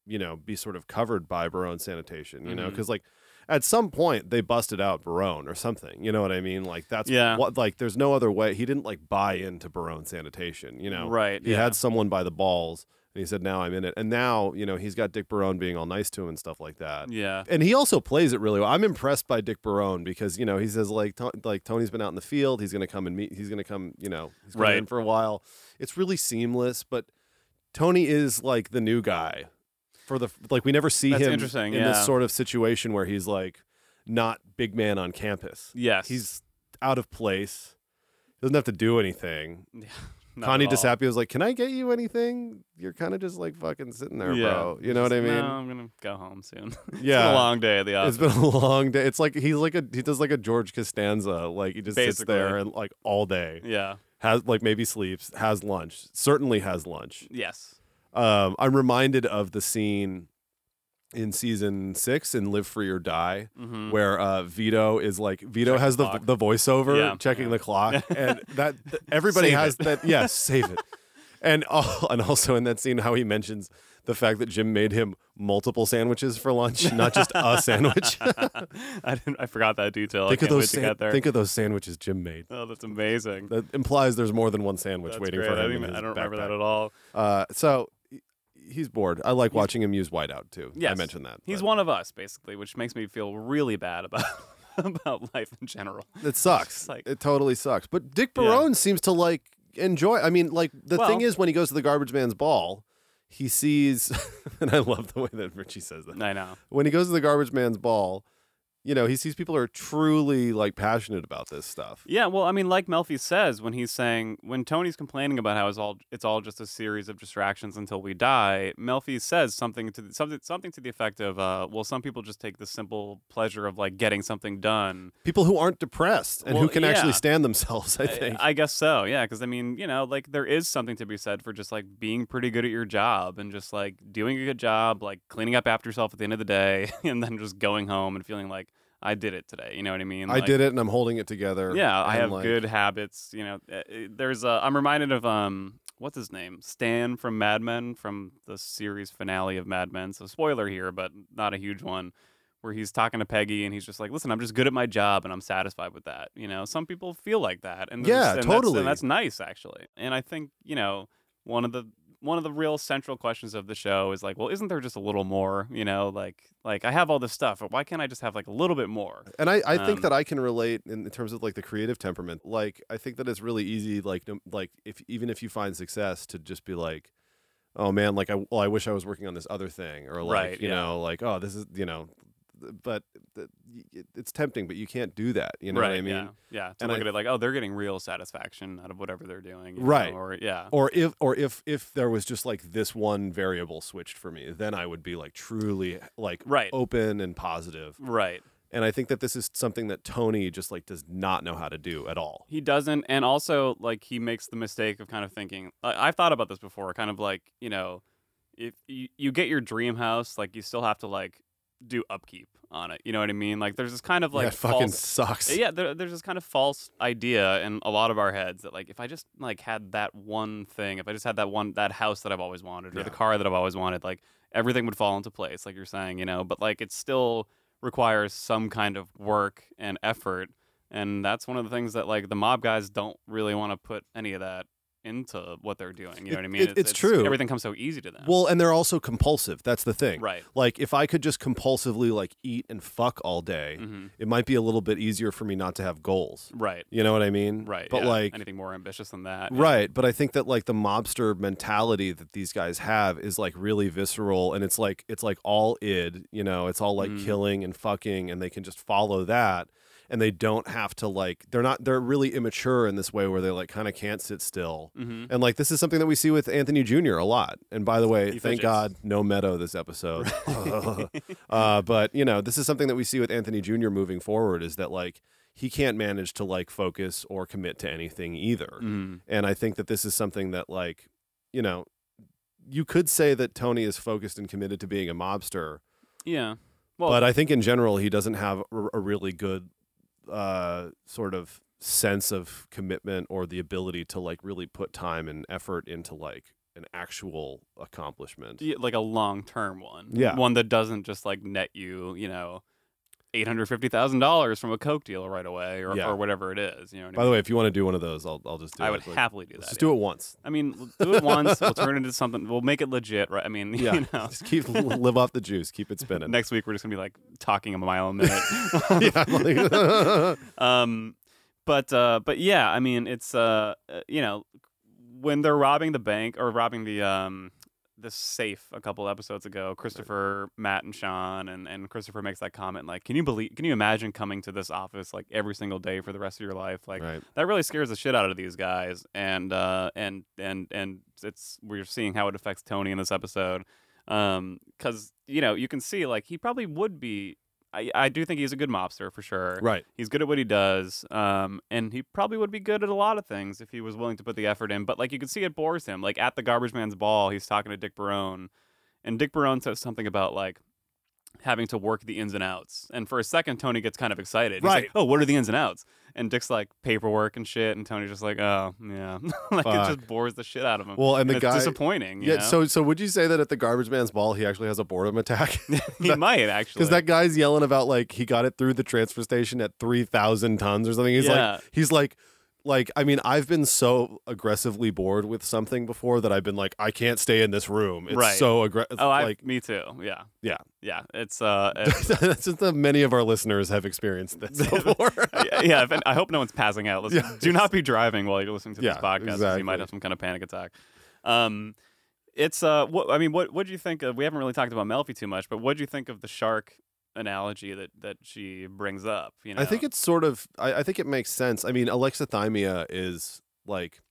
Speaker 1: you know, be sort of covered by Barone sanitation, you know,
Speaker 2: Mhm.
Speaker 1: because like at some point they busted out Barone or something. You know what I mean? Like that's
Speaker 2: Yeah.
Speaker 1: what like there's no other way. He didn't like buy into Barone sanitation, you know.
Speaker 2: right.
Speaker 1: He
Speaker 2: yeah.
Speaker 1: had someone by the balls and he said, Now I'm in it. And now, you know, he's got Dick Barone being all nice to him and stuff like that.
Speaker 2: yeah.
Speaker 1: And he also plays it really well. I'm impressed by Dick Barone because you know he says like "To- like Tony's been out in the field. He's gonna come and meet. He's gonna come. You know, he's coming
Speaker 2: Right.
Speaker 1: in for a while. It's really seamless. But Tony is like the new guy for the like we never see
Speaker 2: That's
Speaker 1: him
Speaker 2: interesting,
Speaker 1: in this
Speaker 2: yeah.
Speaker 1: sort of situation where he's like not big man on campus.
Speaker 2: Yes.
Speaker 1: He's out of place. Doesn't have to do anything.
Speaker 2: Yeah, not at
Speaker 1: Connie
Speaker 2: all.
Speaker 1: DeSapio's like, "Can I get you anything? You're kind of just like fucking sitting there,
Speaker 2: Yeah.
Speaker 1: bro. You know what I
Speaker 2: Just,
Speaker 1: mean?
Speaker 2: "No, I'm gonna go home soon. it's been
Speaker 1: Yeah,
Speaker 2: a long day at the
Speaker 1: it's
Speaker 2: office.
Speaker 1: been a long day. It's like he's like a he does like a George Costanza. Like he just sits
Speaker 2: Basically.
Speaker 1: there and like all day
Speaker 2: yeah.
Speaker 1: has like maybe sleeps, has lunch, certainly has lunch.
Speaker 2: Yes.
Speaker 1: Um, I'm reminded of the scene in season six in Live Free or Die
Speaker 2: hmm
Speaker 1: where uh, Vito is like Vito
Speaker 2: Check
Speaker 1: has
Speaker 2: the
Speaker 1: the
Speaker 2: clock.
Speaker 1: the voiceover
Speaker 2: Yeah.
Speaker 1: checking
Speaker 2: Yeah.
Speaker 1: the clock, and that th- everybody
Speaker 2: Save
Speaker 1: has
Speaker 2: it.
Speaker 1: that. Yeah, save it. And oh, and also in that scene, how he mentions the fact that Jim made him multiple sandwiches for lunch, not just a sandwich.
Speaker 2: Oh, I didn't. I forgot that detail.
Speaker 1: think
Speaker 2: I
Speaker 1: of
Speaker 2: can't
Speaker 1: those
Speaker 2: wait
Speaker 1: san-
Speaker 2: to get there.
Speaker 1: think of those sandwiches Jim made.
Speaker 2: oh, that's amazing.
Speaker 1: That implies there's more than one sandwich
Speaker 2: That's
Speaker 1: waiting
Speaker 2: great.
Speaker 1: for him.
Speaker 2: I,
Speaker 1: in
Speaker 2: didn't even-
Speaker 1: his
Speaker 2: I don't remember
Speaker 1: backpack.
Speaker 2: that at all.
Speaker 1: Uh, so he- he's bored. I like watching him use whiteout too. I
Speaker 2: Yes.
Speaker 1: mentioned that.
Speaker 2: He's
Speaker 1: but
Speaker 2: one of us, basically, which makes me feel really bad about about life in general.
Speaker 1: It sucks.
Speaker 2: It's like-
Speaker 1: it totally sucks. But Dick
Speaker 2: Yeah.
Speaker 1: Barone seems to like enjoy. I mean, like the thing
Speaker 2: Well-
Speaker 1: is, when he goes to the garbage man's ball, he sees, and I love the way that Richie says that.
Speaker 2: I know.
Speaker 1: When he goes to the garbage man's ball, you know, he sees people are truly like passionate about this stuff.
Speaker 2: Yeah, well, I mean, like Melfi says when he's saying when Tony's complaining about how it's all it's all just a series of distractions until we die. Melfi says something to the, something something to the effect of, uh, "Well, some people just take the simple pleasure of like getting something done."
Speaker 1: People who aren't depressed and who
Speaker 2: Well,
Speaker 1: can
Speaker 2: yeah.
Speaker 1: actually stand themselves. I think.
Speaker 2: I, I guess so. Yeah, because I mean, you know, like there is something to be said for just like being pretty good at your job and just like doing a good job, like cleaning up after yourself at the end of the day, and then just going home and feeling like I did it today. You know what I mean?
Speaker 1: I
Speaker 2: Like,
Speaker 1: did it, and I'm holding it together.
Speaker 2: Yeah, I
Speaker 1: and,
Speaker 2: have
Speaker 1: like,
Speaker 2: good habits. You know, Uh, uh, there's uh, I'm reminded of um what's his name Stan from Mad Men from the series finale of Mad Men. So spoiler here, but not a huge one. Where he's talking to Peggy and he's just like, "Listen, I'm just good at my job and I'm satisfied with that." You know, some people feel like that, and there's-
Speaker 1: Yeah,
Speaker 2: and that's-
Speaker 1: totally.
Speaker 2: and that's nice actually. And I think you know one of the one of the real central questions of the show is like, well, isn't there just a little more? You know, like like I have all this stuff, but why can't I just have like a little bit more?
Speaker 1: And I, I think
Speaker 2: Um,
Speaker 1: that I can relate in, in terms of like the creative temperament. Like I think that it's really easy, like no, like if even if you find success, to just be like, oh man, like I well, I wish I was working on this other thing, or like
Speaker 2: Right,
Speaker 1: you
Speaker 2: yeah.
Speaker 1: know, like oh this is you know, th- but th- y- it, it's tempting, but you can't do that. You know
Speaker 2: right,
Speaker 1: what I mean?
Speaker 2: Yeah. yeah. To
Speaker 1: And
Speaker 2: look
Speaker 1: I-
Speaker 2: at it like, oh, they're getting real satisfaction out of whatever they're doing. you know,
Speaker 1: Right. Oh.
Speaker 2: Or yeah.
Speaker 1: Or if or if if there was just like this one variable switched for me, then I would be like truly like
Speaker 2: Right.
Speaker 1: open and positive.
Speaker 2: Right.
Speaker 1: And I think that this is something that Tony just like does not know how to do at all.
Speaker 2: He doesn't, and also like he makes the mistake of kind of thinking. I, I've thought about this before, kind of like you know, if you, you get your dream house, like you still have to like do upkeep on it. You know what I mean? Like there's this kind of like
Speaker 1: that fucking
Speaker 2: false-
Speaker 1: sucks.
Speaker 2: Uh, Yeah, there, there's this kind of false idea in a lot of our heads that like if I just like had that one thing, if I just had that one that house that I've always wanted or the
Speaker 1: Yeah.
Speaker 2: car that I've always wanted, like everything would fall into place, like you're saying, you know. But like it still requires some kind of work and effort, and that's one of the things that like the mob guys don't really want to put any of that into what they're doing. You know
Speaker 1: It-
Speaker 2: what I mean?
Speaker 1: it- it's true.
Speaker 2: Everything comes so easy to them.
Speaker 1: Well, and they're also compulsive. That's the thing.
Speaker 2: right.
Speaker 1: Like if I could just compulsively like eat and fuck all day,
Speaker 2: hmm
Speaker 1: it might be a little bit easier for me not to have goals.
Speaker 2: Right.
Speaker 1: You know what I mean?
Speaker 2: Right.
Speaker 1: But
Speaker 2: yeah.
Speaker 1: like
Speaker 2: anything more ambitious than that. yeah.
Speaker 1: right, but I think that like the mobster mentality that these guys have is like really visceral and it's like it's like all id, you know, it's all like
Speaker 2: Mm.
Speaker 1: killing and fucking and they can just follow that and they don't have to like they're not they're really immature in this way where they like kind of can't sit still.
Speaker 2: Mhm.
Speaker 1: And like this is something that we see with Anthony Jr. a lot. And by the way,
Speaker 2: He
Speaker 1: thank
Speaker 2: fidgets.
Speaker 1: God no Meadow this episode. uh, but you know, this is something that we see with Anthony Jr. moving forward is that like he can't manage to like focus or commit to anything either.
Speaker 2: Mhm.
Speaker 1: And I think that this is something that like, you know, you could say that Tony is focused and committed to being a mobster,
Speaker 2: Yeah. Well,
Speaker 1: but I think in general he doesn't have a, a really good uh, sort of sense of commitment or the ability to like really put time and effort into like an actual accomplishment.
Speaker 2: Yeah, like a long term one.
Speaker 1: Yeah.
Speaker 2: One that doesn't just like net you, you know, eight hundred fifty thousand dollars from a coke deal right away or,
Speaker 1: Yeah.
Speaker 2: or whatever it is. You know what I
Speaker 1: By
Speaker 2: mean?
Speaker 1: the way, if you want to do one of those, I'll I'll just do
Speaker 2: I
Speaker 1: it.
Speaker 2: would
Speaker 1: Like,
Speaker 2: happily do that.
Speaker 1: let's just
Speaker 2: yeah.
Speaker 1: do it once.
Speaker 2: I mean, we'll do it once. we'll turn it into something. We'll make it legit, right? I mean,
Speaker 1: Yeah,
Speaker 2: you know.
Speaker 1: just keep live off the juice, keep it spinning.
Speaker 2: Next week we're just gonna be like talking a mile a minute.
Speaker 1: yeah, like-
Speaker 2: um but uh but yeah i mean it's uh uh, you know when they're robbing the bank or robbing the um the safe a couple episodes ago christopher matt and sean and and christopher makes that comment like can you believe can you imagine coming to this office like every single day for the rest of your life like
Speaker 1: right.
Speaker 2: that really scares the shit out of these guys and uh and and and it's we're seeing how it affects tony in this episode um because you know you can see like he probably would be I, I do think he's a good mobster for sure.
Speaker 1: Right.
Speaker 2: He's good at what he does, um, and he probably would be good at a lot of things if he was willing to put the effort in. But like you can see, it bores him. Like at the garbage man's ball, he's talking to Dick Barone, and Dick Barone says something about like having to work the ins and outs. And for a second, Tony gets kind of excited. He's
Speaker 1: Right.
Speaker 2: like, "Oh, what are the ins and outs?" And Dick's like paperwork and shit, and Tony's just like, "Oh, yeah." like it
Speaker 1: Fuck.
Speaker 2: just bores the shit out of him.
Speaker 1: Well, and
Speaker 2: and
Speaker 1: the
Speaker 2: it's
Speaker 1: guy
Speaker 2: disappointing. you
Speaker 1: Yeah,
Speaker 2: know?
Speaker 1: so so would you say that at the garbage man's ball he actually has a boredom attack?
Speaker 2: he might actually
Speaker 1: Because that guy's yelling about like he got it through the transfer station at three thousand tons or something. He's
Speaker 2: Yeah.
Speaker 1: like he's like like I mean I've been so aggressively bored with something before that I've been like I can't stay in this room. It's
Speaker 2: Right.
Speaker 1: so aggressive.
Speaker 2: Oh, I.
Speaker 1: like
Speaker 2: me too. Yeah.
Speaker 1: Yeah.
Speaker 2: Yeah. It's uh. it-
Speaker 1: that's just that many of our listeners have experienced this before.
Speaker 2: yeah. If, I hope no one's passing out. Listen,
Speaker 1: Yeah.
Speaker 2: do not be driving while you're listening to
Speaker 1: Yeah,
Speaker 2: this podcast. 'cause You
Speaker 1: exactly.
Speaker 2: might have some kind of panic attack. Um, it's uh. What I mean, what what do you think of? We haven't really talked about Melfi too much, but what do you think of the shark analogy that that she brings up? You know,
Speaker 1: I think it's sort of. I, I think it makes sense. I mean, alexithymia is like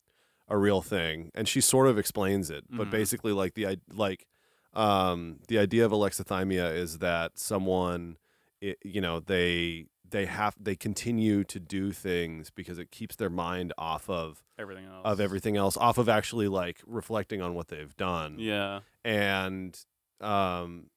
Speaker 1: a real thing, and she sort of explains it. But
Speaker 2: Mhm.
Speaker 1: basically, like the i- like um, the idea of alexithymia is that someone, i you know, they they have they continue to do things because it keeps their mind off of
Speaker 2: everything else
Speaker 1: of everything else, off of actually like reflecting on what they've done,
Speaker 2: Yeah.
Speaker 1: and um,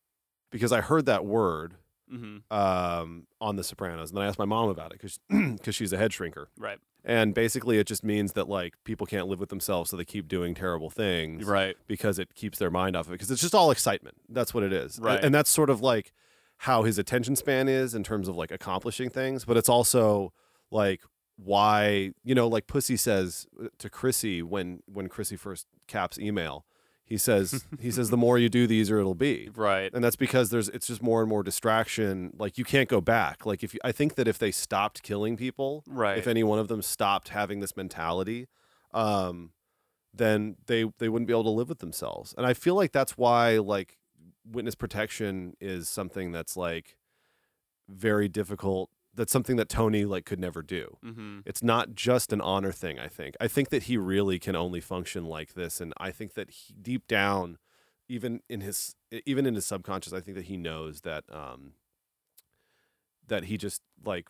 Speaker 1: because I heard that word
Speaker 2: Mm-hmm.
Speaker 1: um, on The Sopranos, and then I asked my mom about it because she's a head shrinker,
Speaker 2: Right.
Speaker 1: and basically it just means that like people can't live with themselves, so they keep doing terrible things
Speaker 2: Right.
Speaker 1: because it keeps their mind off of it because it's just all excitement. That's what it is, A-
Speaker 2: Right.
Speaker 1: And that's sort of like how his attention span is in terms of like accomplishing things, but it's also like why you know like Pussy says uh, to Chrissy when when Chrissy first caps email, he says he says the more you do, the easier it'll be
Speaker 2: Right.
Speaker 1: and that's because there's it's just more and more distraction like you can't go back like if you, i think that if they stopped killing people
Speaker 2: Right.
Speaker 1: if any one of them stopped having this mentality um then they they wouldn't be able to live with themselves and i feel like that's why like witness protection is something that's like very difficult that's something that tony like could never do
Speaker 2: mm-hmm.
Speaker 1: it's not just an honor thing i think i think that he really can only function like this and i think that he, deep down even in his e, even in his subconscious i think that he knows that um that he just like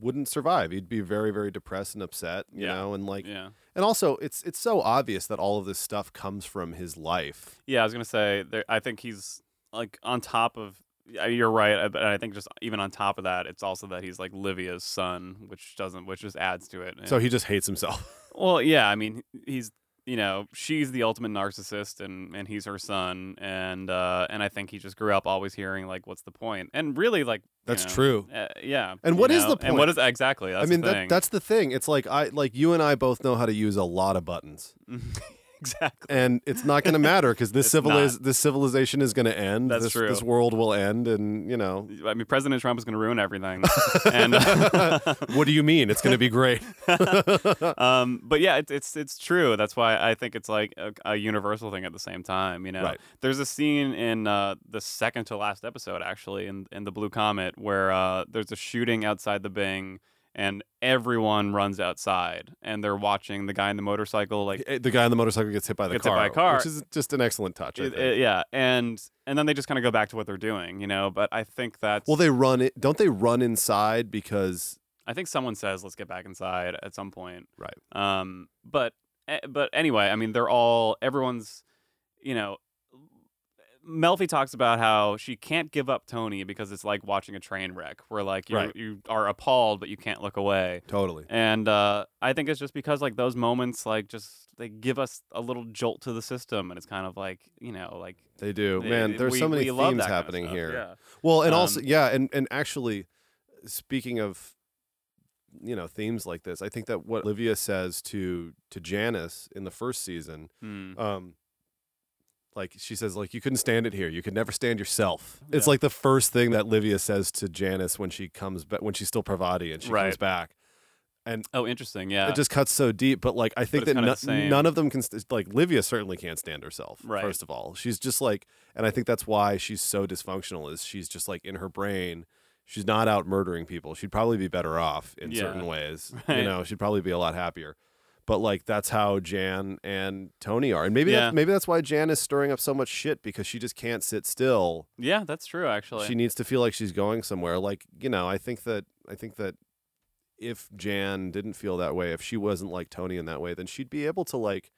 Speaker 1: wouldn't survive he'd be very very depressed and upset you
Speaker 2: Yeah.
Speaker 1: know and like
Speaker 2: Yeah.
Speaker 1: and also it's it's so obvious that all of this stuff comes from his life
Speaker 2: Yeah, I was gonna say there, I think he's like on top of. yeah, You're right, I- but I think just even on top of that, it's also that he's like Livia's son, which doesn't, which just adds to it.
Speaker 1: so he just hates himself
Speaker 2: well, yeah, I mean, he's you know she's the ultimate narcissist, and and he's her son, and uh and I think he just grew up always hearing like, what's the point? And really, like you
Speaker 1: that's
Speaker 2: know,
Speaker 1: true
Speaker 2: Uh, yeah.
Speaker 1: And
Speaker 2: you
Speaker 1: what is
Speaker 2: know,
Speaker 1: the
Speaker 2: And what
Speaker 1: point?
Speaker 2: is exactly? That's
Speaker 1: i mean
Speaker 2: the thing.
Speaker 1: that, that's the thing it's like i like you and i both know how to use a lot of buttons
Speaker 2: exactly.
Speaker 1: and it's not going to matter because this
Speaker 2: It's not.
Speaker 1: civiliz- this civilization is going to end.
Speaker 2: That's
Speaker 1: this,
Speaker 2: true.
Speaker 1: This world will end, and you know,
Speaker 2: I mean, President Trump is going to ruin everything. and uh,
Speaker 1: what do you mean? It's going to be great.
Speaker 2: um, but yeah, it's it's it's true. That's why I think it's like a, a universal thing at the same time. You know,
Speaker 1: Right.
Speaker 2: there's a scene in uh, the second to last episode, actually, in in the Blue Comet, where uh, there's a shooting outside the Bing, and everyone runs outside, and they're watching the guy in the motorcycle, like.
Speaker 1: the guy on the motorcycle gets hit by the
Speaker 2: Gets hit
Speaker 1: car,
Speaker 2: by a car.
Speaker 1: which is just an excellent touch. I
Speaker 2: it-
Speaker 1: think.
Speaker 2: it- yeah, and and then they just kind of go back to what they're doing, you know. But I think that's
Speaker 1: well, they run it. Don't they run inside because
Speaker 2: I think someone says let's get back inside at some point.
Speaker 1: Right.
Speaker 2: Um but eh, but anyway, I mean they're all everyone's you know Melfi talks about how she can't give up Tony because it's like watching a train wreck where like you
Speaker 1: Right.
Speaker 2: you are appalled but you can't look away.
Speaker 1: totally?
Speaker 2: And uh, I think it's just because like those moments like just they give us a little jolt to the system and it's kind of like, you know, like
Speaker 1: They do.
Speaker 2: eh,
Speaker 1: Oh, Man,
Speaker 2: eh,
Speaker 1: there's
Speaker 2: we-
Speaker 1: so many
Speaker 2: we love
Speaker 1: themes
Speaker 2: that kind of
Speaker 1: happening
Speaker 2: stuff,
Speaker 1: here.
Speaker 2: yeah.
Speaker 1: Well, and also
Speaker 2: Um,
Speaker 1: yeah, and and actually, speaking of you know themes like this, I think that what Olivia says to to Janice in the first season
Speaker 2: Hmm.
Speaker 1: um like she says like you couldn't stand it here you could never stand yourself it's
Speaker 2: Yeah.
Speaker 1: like the first thing that livia says to janice when she comes back when she's still pravati and she comes
Speaker 2: Right.
Speaker 1: back
Speaker 2: Oh, interesting. Yeah.
Speaker 1: it just cuts so deep but like i think
Speaker 2: it's
Speaker 1: that
Speaker 2: kinda
Speaker 1: no-
Speaker 2: the same.
Speaker 1: none of them can st- like livia certainly can't stand herself
Speaker 2: Right.
Speaker 1: first of all she's just like and i think that's why she's so dysfunctional is she's just like in her brain she's not out murdering people she'd probably be better off in
Speaker 2: Yeah.
Speaker 1: certain ways you
Speaker 2: Right.
Speaker 1: know she'd probably be a lot happier but like that's how Jan and Tony are, and maybe
Speaker 2: Yeah.
Speaker 1: that's, maybe that's why Jan is stirring up so much shit because she just can't sit still.
Speaker 2: yeah, that's true actually.
Speaker 1: She needs to feel like she's going somewhere. Like you know, I think that I think that if Jan didn't feel that way, if she wasn't like Tony in that way, then she'd be able to like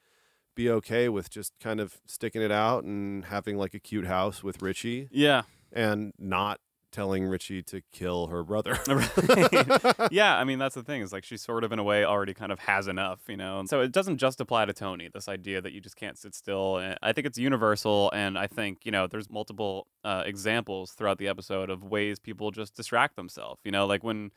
Speaker 1: be okay with just kind of sticking it out and having like a cute house with Richie
Speaker 2: yeah.
Speaker 1: and not telling Richie to kill her brother.
Speaker 2: Right. yeah, I mean that's the thing. Is like she sort of in a way already kind of has enough, you know. So it doesn't just apply to Tony. This idea that you just can't sit still. And I think it's universal, and I think you know there's multiple uh, examples throughout the episode of ways people just distract themselves. You know, like when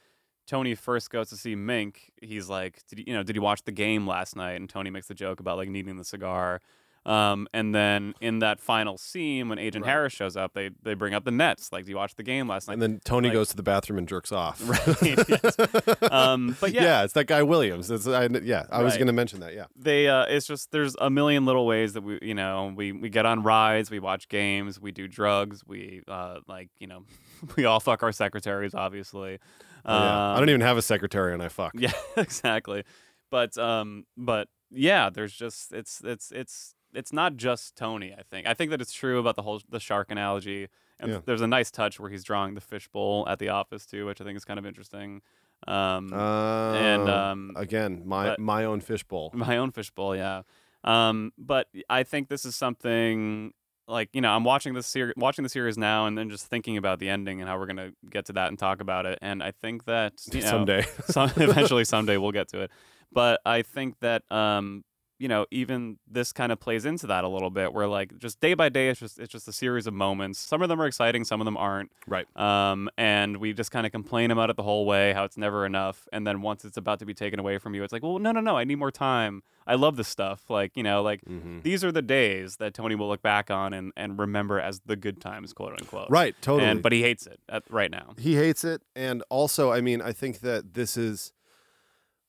Speaker 2: Tony first goes to see Mink, he's like, did he, you know, did he watch the game last night? And Tony makes the joke about like needing the cigar. Um, and then in that final scene, when Agent
Speaker 1: Right.
Speaker 2: Harris shows up, they they bring up the Nets. Like, do you watch the game last night?
Speaker 1: and then Tony
Speaker 2: like-
Speaker 1: goes to the bathroom and jerks off.
Speaker 2: Right, yes. Um, but yeah.
Speaker 1: it's that guy Williams. It's, I, yeah, I was
Speaker 2: Right.
Speaker 1: going to mention that. Yeah,
Speaker 2: they uh it's just there's a million little ways that we you know we we get on rides we watch games we do drugs we uh like you know we all fuck our secretaries obviously
Speaker 1: Oh, yeah. I
Speaker 2: Um,
Speaker 1: don't even have a secretary, and I fuck.
Speaker 2: yeah exactly but um but yeah there's just it's it's it's it's not just tony i think i think that it's true about the whole the shark analogy and
Speaker 1: Yeah.
Speaker 2: there's a nice touch where he's drawing the fishbowl at the office too which i think is kind of interesting um
Speaker 1: Uh,
Speaker 2: and um
Speaker 1: again, my
Speaker 2: but-
Speaker 1: my own fishbowl.
Speaker 2: my own fishbowl, yeah. Um, but I think this is something like you know I'm watching this series, watching the series now, and then just thinking about the ending and how we're gonna get to that and talk about it. And I think that you know,
Speaker 1: Someday, Mm-hmm.
Speaker 2: some, eventually someday we'll get to it. But I think that um, you know even this kind of plays into that a little bit, where like just day by day, it's just it's just a series of moments. Some of them are exciting, some of them aren't.
Speaker 1: right?
Speaker 2: Um, and we just kind of complain about it the whole way, how it's never enough. And then once it's about to be taken away from you, it's like, well, no, no, no, I need more time. I love this stuff. Like, you know, like
Speaker 1: hmm
Speaker 2: these are the days that Tony will look back on and, and remember as the good times, quote unquote.
Speaker 1: Right, totally.
Speaker 2: And, but he hates it at, right now.
Speaker 1: he hates it and also i mean i think that this is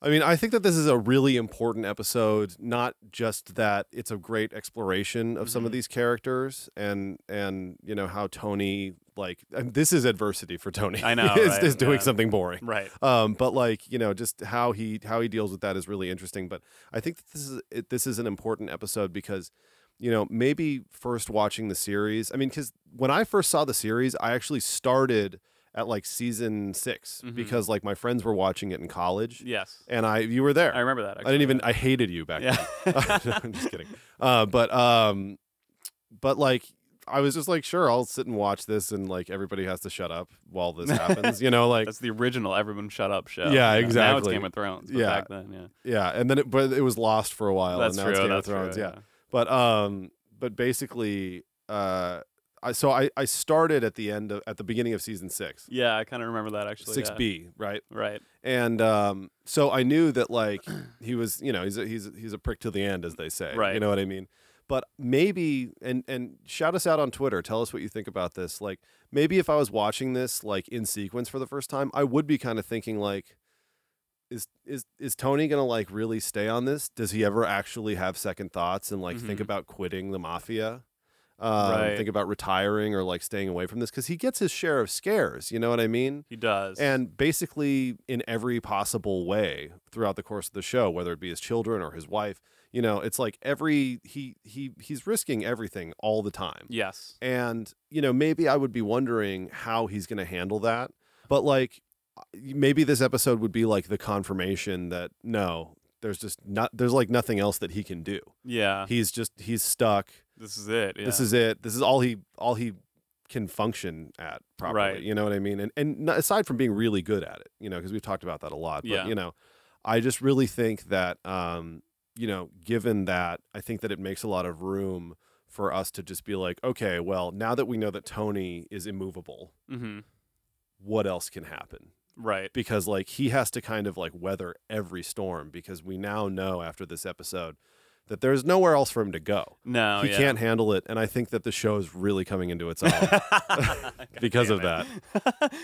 Speaker 1: i mean i think that this is a really important episode not just that it's a great exploration of some of
Speaker 2: Mhm.
Speaker 1: these characters and and you know how tony like and this is adversity for tony
Speaker 2: I know,
Speaker 1: is,
Speaker 2: right,
Speaker 1: is doing
Speaker 2: yeah.
Speaker 1: something boring
Speaker 2: Right.
Speaker 1: um but like you know just how he how he deals with that is really interesting but i think that this is it, this is an important episode because you know maybe first watching the series i mean because when i first saw the series i actually started at like season 6
Speaker 2: Mhm.
Speaker 1: because like my friends were watching it in college
Speaker 2: Yes.
Speaker 1: and i you were there
Speaker 2: I remember that. Actually.
Speaker 1: I didn't even i hated you back
Speaker 2: Yeah.
Speaker 1: then i'm just kidding uh but um but like I was just like, sure, I'll sit and watch this, and like everybody has to shut up while this happens, you know, like
Speaker 2: That's the original Everyone Shut Up show.
Speaker 1: Yeah,
Speaker 2: You know, Now it's
Speaker 1: exactly.
Speaker 2: Game of Thrones. But
Speaker 1: Yeah.
Speaker 2: Back then, yeah.
Speaker 1: Yeah, and then it, but it was lost for a while. and
Speaker 2: that's
Speaker 1: now
Speaker 2: true.
Speaker 1: It's Game
Speaker 2: that's
Speaker 1: of Thrones.
Speaker 2: true.
Speaker 1: yeah. but um, but basically, uh, I so I I started at the end of at the beginning of season six,
Speaker 2: Yeah, I kind of remember that actually.
Speaker 1: six
Speaker 2: yeah.
Speaker 1: B, right?
Speaker 2: Right.
Speaker 1: And um, so I knew that like he was, you know, he's a, he's a- he's a prick to the end, as they say. You
Speaker 2: Right.
Speaker 1: know what I mean? But maybe and and shout us out on Twitter. Tell us what you think about this. Like maybe if I was watching this like in sequence for the first time, I would be kind of thinking like. Is, is is Tony gonna like really stay on this? Does he ever actually have second thoughts and like think
Speaker 2: Mhm.
Speaker 1: about quitting the mafia? Um,
Speaker 2: Right.
Speaker 1: Think about retiring or like staying away from this because he gets his share of scares. You know what I mean?
Speaker 2: He does.
Speaker 1: And basically, in every possible way throughout the course of the show, whether it be his children or his wife, you know, it's like every he he he's risking everything all the time.
Speaker 2: yes.
Speaker 1: And you know, maybe I would be wondering how he's going to handle that. But like, maybe this episode would be like the confirmation that no, there's just not there's like nothing else that he can do.
Speaker 2: Yeah.
Speaker 1: He's just he's stuck.
Speaker 2: This is it. Yeah.
Speaker 1: This is it. This is all he all he can function at properly.
Speaker 2: Right.
Speaker 1: You know what I mean? And and n- aside from being really good at it, you know, because we've talked about that a lot. But
Speaker 2: Yeah.
Speaker 1: you know, I just really think that um, you know, given that, I think that it makes a lot of room for us to just be like, okay, well, now that we know that Tony is immovable,
Speaker 2: hmm
Speaker 1: what else can happen?
Speaker 2: Right.
Speaker 1: because like he has to kind of like weather every storm because we now know after this episode that there's nowhere else for him to go.
Speaker 2: No,
Speaker 1: he
Speaker 2: Oh, yeah.
Speaker 1: can't handle it, and I think that the show is really coming into its own. Because of
Speaker 2: that.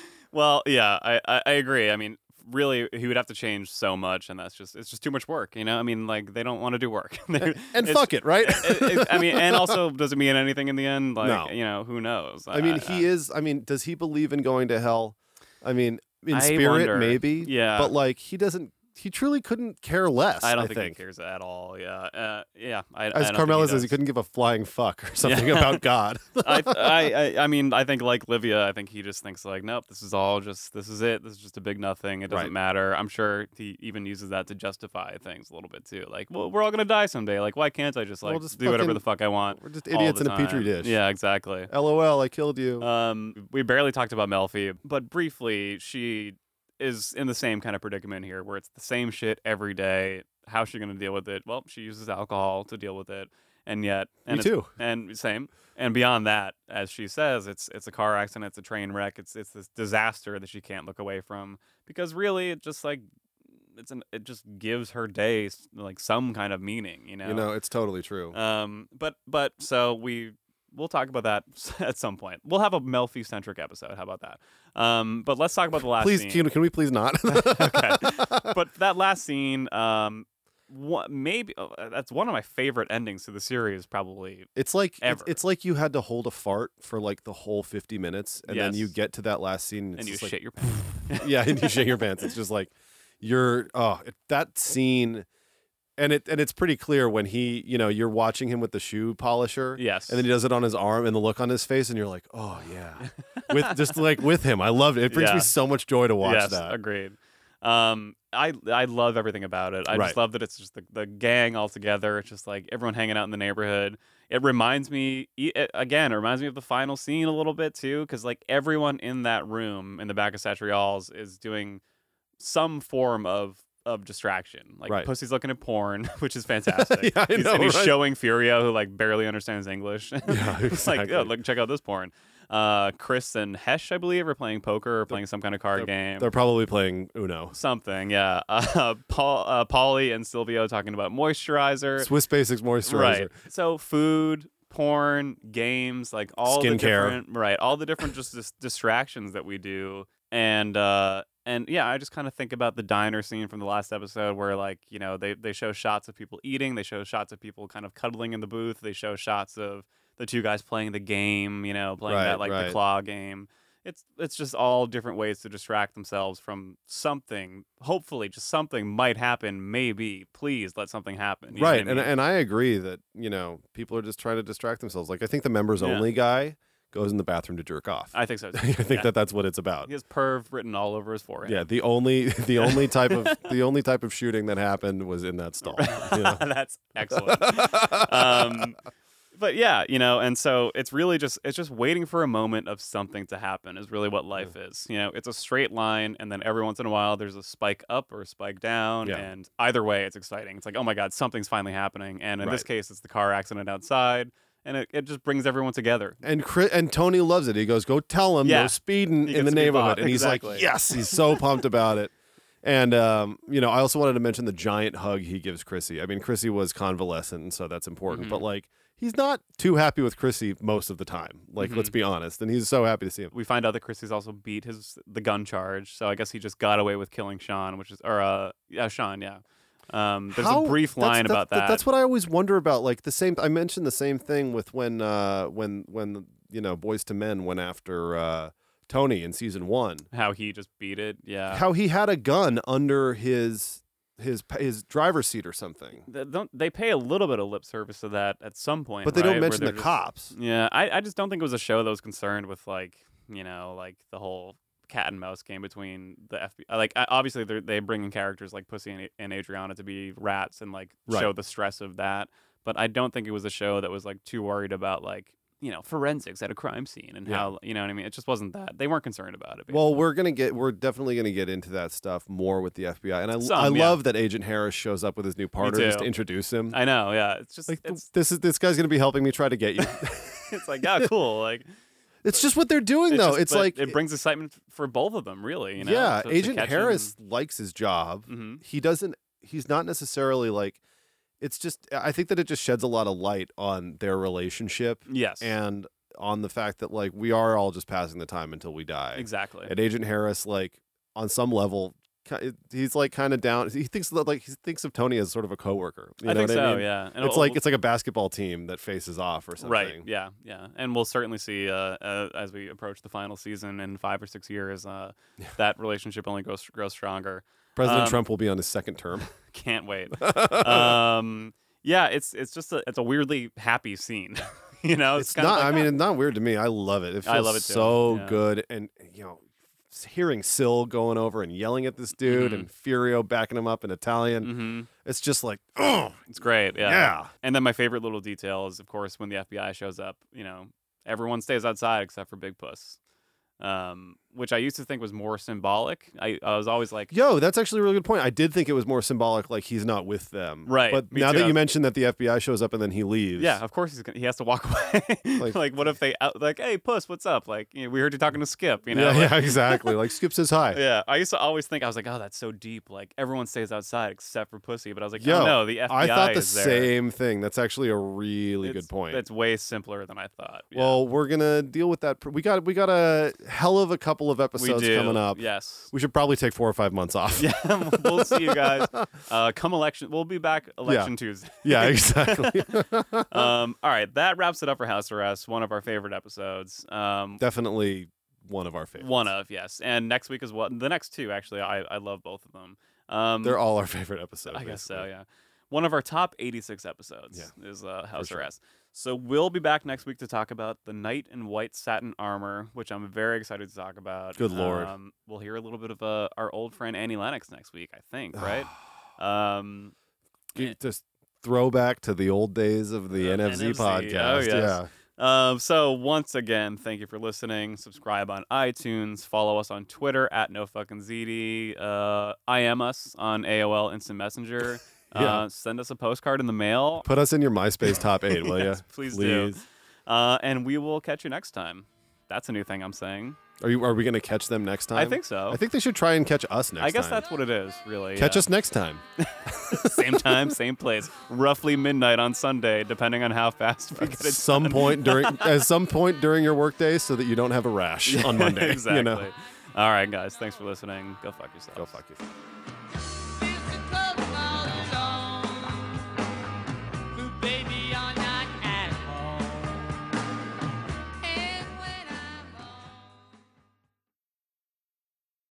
Speaker 2: well, yeah, I, I, I agree. I mean, really, he would have to change so much, and that's just it's just too much work. You know, I mean, like they don't want to do work. They-
Speaker 1: and
Speaker 2: it's-
Speaker 1: fuck it, right?
Speaker 2: it- it- I mean, and also doesn't mean anything in the end. Like
Speaker 1: No.
Speaker 2: you know, who knows?
Speaker 1: I mean, he is. I mean, does he believe in going to hell? I mean, in
Speaker 2: I
Speaker 1: spirit,
Speaker 2: wonder.
Speaker 1: maybe.
Speaker 2: Yeah.
Speaker 1: But like, he doesn't. He truly couldn't care less.
Speaker 2: I don't
Speaker 1: I
Speaker 2: think, he cares at all. Yeah, uh, yeah. I, I
Speaker 1: As
Speaker 2: don't
Speaker 1: Carmela
Speaker 2: think he
Speaker 1: says, he
Speaker 2: does.
Speaker 1: couldn't give a flying fuck or something about God.
Speaker 2: I, I, I, I mean, I think like Livia, I think he just thinks like, nope, this is all just, this is it. This is just a big nothing. It doesn't
Speaker 1: Right.
Speaker 2: matter. I'm sure he even uses that to justify things a little bit too. Like, well, we're all gonna die someday. Like, why can't I just like
Speaker 1: Well, just
Speaker 2: do whatever
Speaker 1: fucking-
Speaker 2: the fuck I want?
Speaker 1: We're just
Speaker 2: all
Speaker 1: idiots in
Speaker 2: the
Speaker 1: a petri
Speaker 2: time?
Speaker 1: dish.
Speaker 2: Yeah, exactly.
Speaker 1: LOL, I killed you.
Speaker 2: Um, we barely talked about Melfi, but briefly, she is in the same kind of predicament here, where it's the same shit every day. How's she gonna deal with it? Well, she uses alcohol to deal with it, and yet, and
Speaker 1: Me
Speaker 2: it's-
Speaker 1: too.
Speaker 2: and same, and beyond that, as she says, it's it's a car accident, it's a train wreck, it's it's this disaster that she can't look away from because really, it just like it's an it just gives her day s- like some kind of meaning, you know.
Speaker 1: You know, it's totally true.
Speaker 2: Um, but but so we we'll talk about that at some point. We'll have a Melfi centric episode. How about that? Um, but let's talk about the last.
Speaker 1: please,
Speaker 2: scene.
Speaker 1: can, can we please not?
Speaker 2: Okay. but that last scene, um, what maybe oh, uh, that's one of my favorite endings to the series, probably.
Speaker 1: It's like it's,
Speaker 2: Ever.
Speaker 1: it's like you had to hold a fart for like the whole 50 minutes, and then you
Speaker 2: Yes.
Speaker 1: get to that last scene, and,
Speaker 2: and
Speaker 1: it's
Speaker 2: you
Speaker 1: just like,
Speaker 2: shit your.
Speaker 1: yeah, and you shit your pants. It's just like you're oh it- that scene, and it and it's pretty clear when he you know you're watching him with the shoe polisher,
Speaker 2: yes.
Speaker 1: and then he does it on his arm, and the look on his face, and you're like, oh yeah, with just like with him, I loved it. It brings
Speaker 2: Yeah.
Speaker 1: me so much joy to watch
Speaker 2: yes,
Speaker 1: that.
Speaker 2: agreed. Um, I I love everything about it. I
Speaker 1: Right.
Speaker 2: just love that it's just the, the gang all together. It's just like everyone hanging out in the neighborhood. It reminds me e- it- again. It reminds me of the final scene a little bit too, because like everyone in that room in the back of Satrial's is doing some form of of distraction. Like
Speaker 1: Right.
Speaker 2: Pussy's looking at porn, which is fantastic.
Speaker 1: Yeah, I
Speaker 2: he's,
Speaker 1: know,
Speaker 2: and he's
Speaker 1: right?
Speaker 2: showing Furio, who like barely understands English.
Speaker 1: Yeah,
Speaker 2: It's like,
Speaker 1: exactly.
Speaker 2: oh, look, check out this porn. Uh, Chris and Hesh, I believe, are playing poker or playing some kind of card game.
Speaker 1: They're probably playing Uno.
Speaker 2: Something, yeah. Uh, Paul, uh, Polly and Silvio talking about moisturizer.
Speaker 1: Swiss Basics moisturizer.
Speaker 2: Right. So food, porn, games, like all the
Speaker 1: Skincare.
Speaker 2: different, right? All the different just dis- distractions that we do, and uh, and yeah, I just kind of think about the diner scene from the last episode where like you know they they show shots of people eating, they show shots of people kind of cuddling in the booth, they show shots of the two guys playing the game, you know, playing
Speaker 1: Right,
Speaker 2: that like
Speaker 1: right.
Speaker 2: the claw game. It's it's just all different ways to distract themselves from something. Hopefully, just something might happen. Maybe, please let something happen. you know what I
Speaker 1: right and,
Speaker 2: mean?
Speaker 1: and i agree that you know people are just trying to distract themselves like i think the members
Speaker 2: Yeah.
Speaker 1: only guy goes in the bathroom to jerk off i,
Speaker 2: I think so. too.
Speaker 1: think
Speaker 2: yeah.
Speaker 1: that that's what it's about
Speaker 2: He has perv written all over his forehead.
Speaker 1: yeah the only the only type of the only type of shooting that happened was in that stall you know?
Speaker 2: That's excellent. um, but yeah, you know, and so it's really just it's just waiting for a moment of something to happen is really what life is. You know, it's a straight line, and then every once in a while there's a spike up or a spike down,
Speaker 1: Yeah.
Speaker 2: and either way it's exciting. It's like, oh my god, something's finally happening. And in this
Speaker 1: Right.
Speaker 2: case, it's the car accident outside, and it, it just brings everyone together.
Speaker 1: and Chris, and tony loves it he goes go tell him
Speaker 2: Yeah.
Speaker 1: no speeding
Speaker 2: He
Speaker 1: in the
Speaker 2: gets to be
Speaker 1: neighborhood
Speaker 2: bought.
Speaker 1: and he's like
Speaker 2: Exactly.
Speaker 1: yes he's so pumped about it and um, you know i also wanted to mention the giant hug he gives chrissy i mean chrissy was convalescent and so that's important
Speaker 2: Mhm.
Speaker 1: but like he's not too happy with chrissy most of the time like
Speaker 2: Mm-hmm.
Speaker 1: let's be honest and he's so happy to see him
Speaker 2: We find out that Christie's also beat his the gun charge, so I guess he just got away with killing Sean, which is or uh yeah Sean yeah. Um, there's
Speaker 1: How-
Speaker 2: a brief
Speaker 1: that's-
Speaker 2: line
Speaker 1: that-
Speaker 2: about that.
Speaker 1: That's what I always wonder about. Like the same, I mentioned the same thing with when, uh, when, when you know, Boys to Men went after uh, Tony in season one.
Speaker 2: how he just beat it. Yeah.
Speaker 1: How he had a gun under his his pa- his driver's seat or something,
Speaker 2: They, don't, they pay a little bit of lip service to that at some point.
Speaker 1: but they
Speaker 2: right,
Speaker 1: don't
Speaker 2: where
Speaker 1: mention the
Speaker 2: they're just-
Speaker 1: cops.
Speaker 2: Yeah, I, I just don't think it was a show that was concerned with like you know like the whole cat and mouse game between the FBI. Like I- obviously they they bring in characters like Pussy and, and Adriana to be rats and like
Speaker 1: Right.
Speaker 2: show the stress of that. But I don't think it was a show that was like too worried about like you know forensics at a crime scene and
Speaker 1: Yeah.
Speaker 2: how you know what I mean. It just wasn't that they weren't concerned about it.
Speaker 1: Well, we're gonna get we're definitely gonna get into that stuff more with the FBI, and I
Speaker 2: Some,
Speaker 1: I
Speaker 2: yeah.
Speaker 1: love that Agent Harris shows up with his new partner just to
Speaker 2: too.
Speaker 1: introduce him.
Speaker 2: I know. Yeah, it's just
Speaker 1: like
Speaker 2: it's,
Speaker 1: this is this guy's gonna be helping me try to get you.
Speaker 2: it's like yeah, cool. Like
Speaker 1: it's just what they're doing though.
Speaker 2: just-
Speaker 1: it's
Speaker 2: but
Speaker 1: like
Speaker 2: it brings excitement f- for both of them, really. You know?
Speaker 1: yeah,
Speaker 2: to- to
Speaker 1: Agent
Speaker 2: catch Mm-hmm.
Speaker 1: Harris likes his job.
Speaker 2: him.
Speaker 1: He doesn't. He's not necessarily like. It's just. I think that it just sheds a lot of light on their relationship
Speaker 2: Mhm. Yes,
Speaker 1: and on the fact that like we are all just passing the time until we die.
Speaker 2: exactly.
Speaker 1: And Agent Harris, like on some level, ki- he's like kind of down. He thinks that like he thinks of Tony as sort of a coworker. You
Speaker 2: I
Speaker 1: know
Speaker 2: think
Speaker 1: what
Speaker 2: so.
Speaker 1: I mean?
Speaker 2: Yeah, and
Speaker 1: It's
Speaker 2: we'll-
Speaker 1: like it's like a basketball team that faces off or something.
Speaker 2: right. Yeah, yeah, and we'll certainly see uh, uh, as we approach the final season in five or six years uh, that relationship only grows grows stronger.
Speaker 1: President
Speaker 2: Um,
Speaker 1: Trump will be on his second term.
Speaker 2: Can't wait. um, yeah, it's it's just a, it's a weirdly happy scene. you know,
Speaker 1: it's
Speaker 2: kind of
Speaker 1: not.
Speaker 2: like,
Speaker 1: I mean,
Speaker 2: "Oh,
Speaker 1: it's not weird to me. I love it. It feels
Speaker 2: I love it too.
Speaker 1: so
Speaker 2: Yeah.
Speaker 1: good. And you know, s- hearing Syl going over and yelling at this dude,
Speaker 2: Mhm.
Speaker 1: and Furio backing him up in Italian.
Speaker 2: mhm,
Speaker 1: It's just like, oh
Speaker 2: it's great.
Speaker 1: yeah.
Speaker 2: And then my favorite little detail is, of course, when the FBI shows up. You know, everyone stays outside except for Big Puss, um, which I used to think was more symbolic. I, I was always like,
Speaker 1: Yo, that's actually a really good point. I did think it was more symbolic, like he's not with them.
Speaker 2: Right,
Speaker 1: But
Speaker 2: me
Speaker 1: now
Speaker 2: too.
Speaker 1: that you mentioned that the FBI shows up and then he leaves.
Speaker 2: yeah, of course he's gonna, he has to walk away. like,
Speaker 1: Like-
Speaker 2: what if they out, like, hey, puss, what's up? Like, you know, we heard you talking to Skip. You know,
Speaker 1: yeah,
Speaker 2: like-
Speaker 1: yeah, exactly. Like Skip says hi.
Speaker 2: Yeah, I used to always think I was like, oh, that's so deep. Like everyone stays outside except for pussy. But I was like,
Speaker 1: Yo,
Speaker 2: oh no, the FBI
Speaker 1: I thought the
Speaker 2: is there.
Speaker 1: same thing. That's actually a really
Speaker 2: It's-
Speaker 1: good point.
Speaker 2: That's way simpler than I thought. Yeah.
Speaker 1: Well, we're gonna deal with that. pr- We got we got a hell of a couple of
Speaker 2: we
Speaker 1: episodes
Speaker 2: do.
Speaker 1: coming up.
Speaker 2: Yes.
Speaker 1: We should probably take four or five months off.
Speaker 2: Yeah, we'll see you guys. Uh, come election, we'll be back election Tuesday.
Speaker 1: Yeah, exactly.
Speaker 2: um, all right, that wraps it up for House Arrest, one of our favorite episodes. Um,
Speaker 1: Definitely one of our favorites.
Speaker 2: one of yes, and next week as well. The next two actually, I, I love both of them. Um,
Speaker 1: They're all our favorite episodes.
Speaker 2: I guess so.
Speaker 1: basically.
Speaker 2: Yeah, one of our top 86 episodes
Speaker 1: Yeah,
Speaker 2: is uh, House
Speaker 1: sure.
Speaker 2: Arrest. So we'll be back next week to talk about the knight in white satin armor, which I'm very excited to talk about.
Speaker 1: Good Lord.
Speaker 2: Um, we'll hear a little bit of uh, our old friend Annie Lennox next week, I think. Right. um,
Speaker 1: G- Just throwback to the old days of the
Speaker 2: Uh,
Speaker 1: NFZ,
Speaker 2: NFZ, oh,
Speaker 1: podcast. Yeah.
Speaker 2: yes. Um, so once again, thank you for listening. Subscribe on iTunes. Follow us on Twitter at no fucking ZD. Uh, I am us on AOL Instant Messenger.
Speaker 1: Yeah.
Speaker 2: uh, send us a postcard in the mail.
Speaker 1: Put us in your MySpace top eight, will
Speaker 2: Yes,
Speaker 1: you?
Speaker 2: please do. Uh, and we will catch you next time. That's a new thing I'm saying.
Speaker 1: Are you? Are we gonna catch them next time?
Speaker 2: I think so.
Speaker 1: Um, I think they should try and catch us next.
Speaker 2: I guess
Speaker 1: time.
Speaker 2: that's what it is, really.
Speaker 1: catch
Speaker 2: yeah.
Speaker 1: us next time.
Speaker 2: same time, same place, roughly midnight on Sunday, depending on how fast we
Speaker 1: At
Speaker 2: get it.
Speaker 1: some point during at some point during your workday, so that you don't have a rash on Monday.
Speaker 2: exactly.
Speaker 1: You know?
Speaker 2: All right, guys. Thanks for listening. Go fuck yourself.
Speaker 1: Go fuck yourself.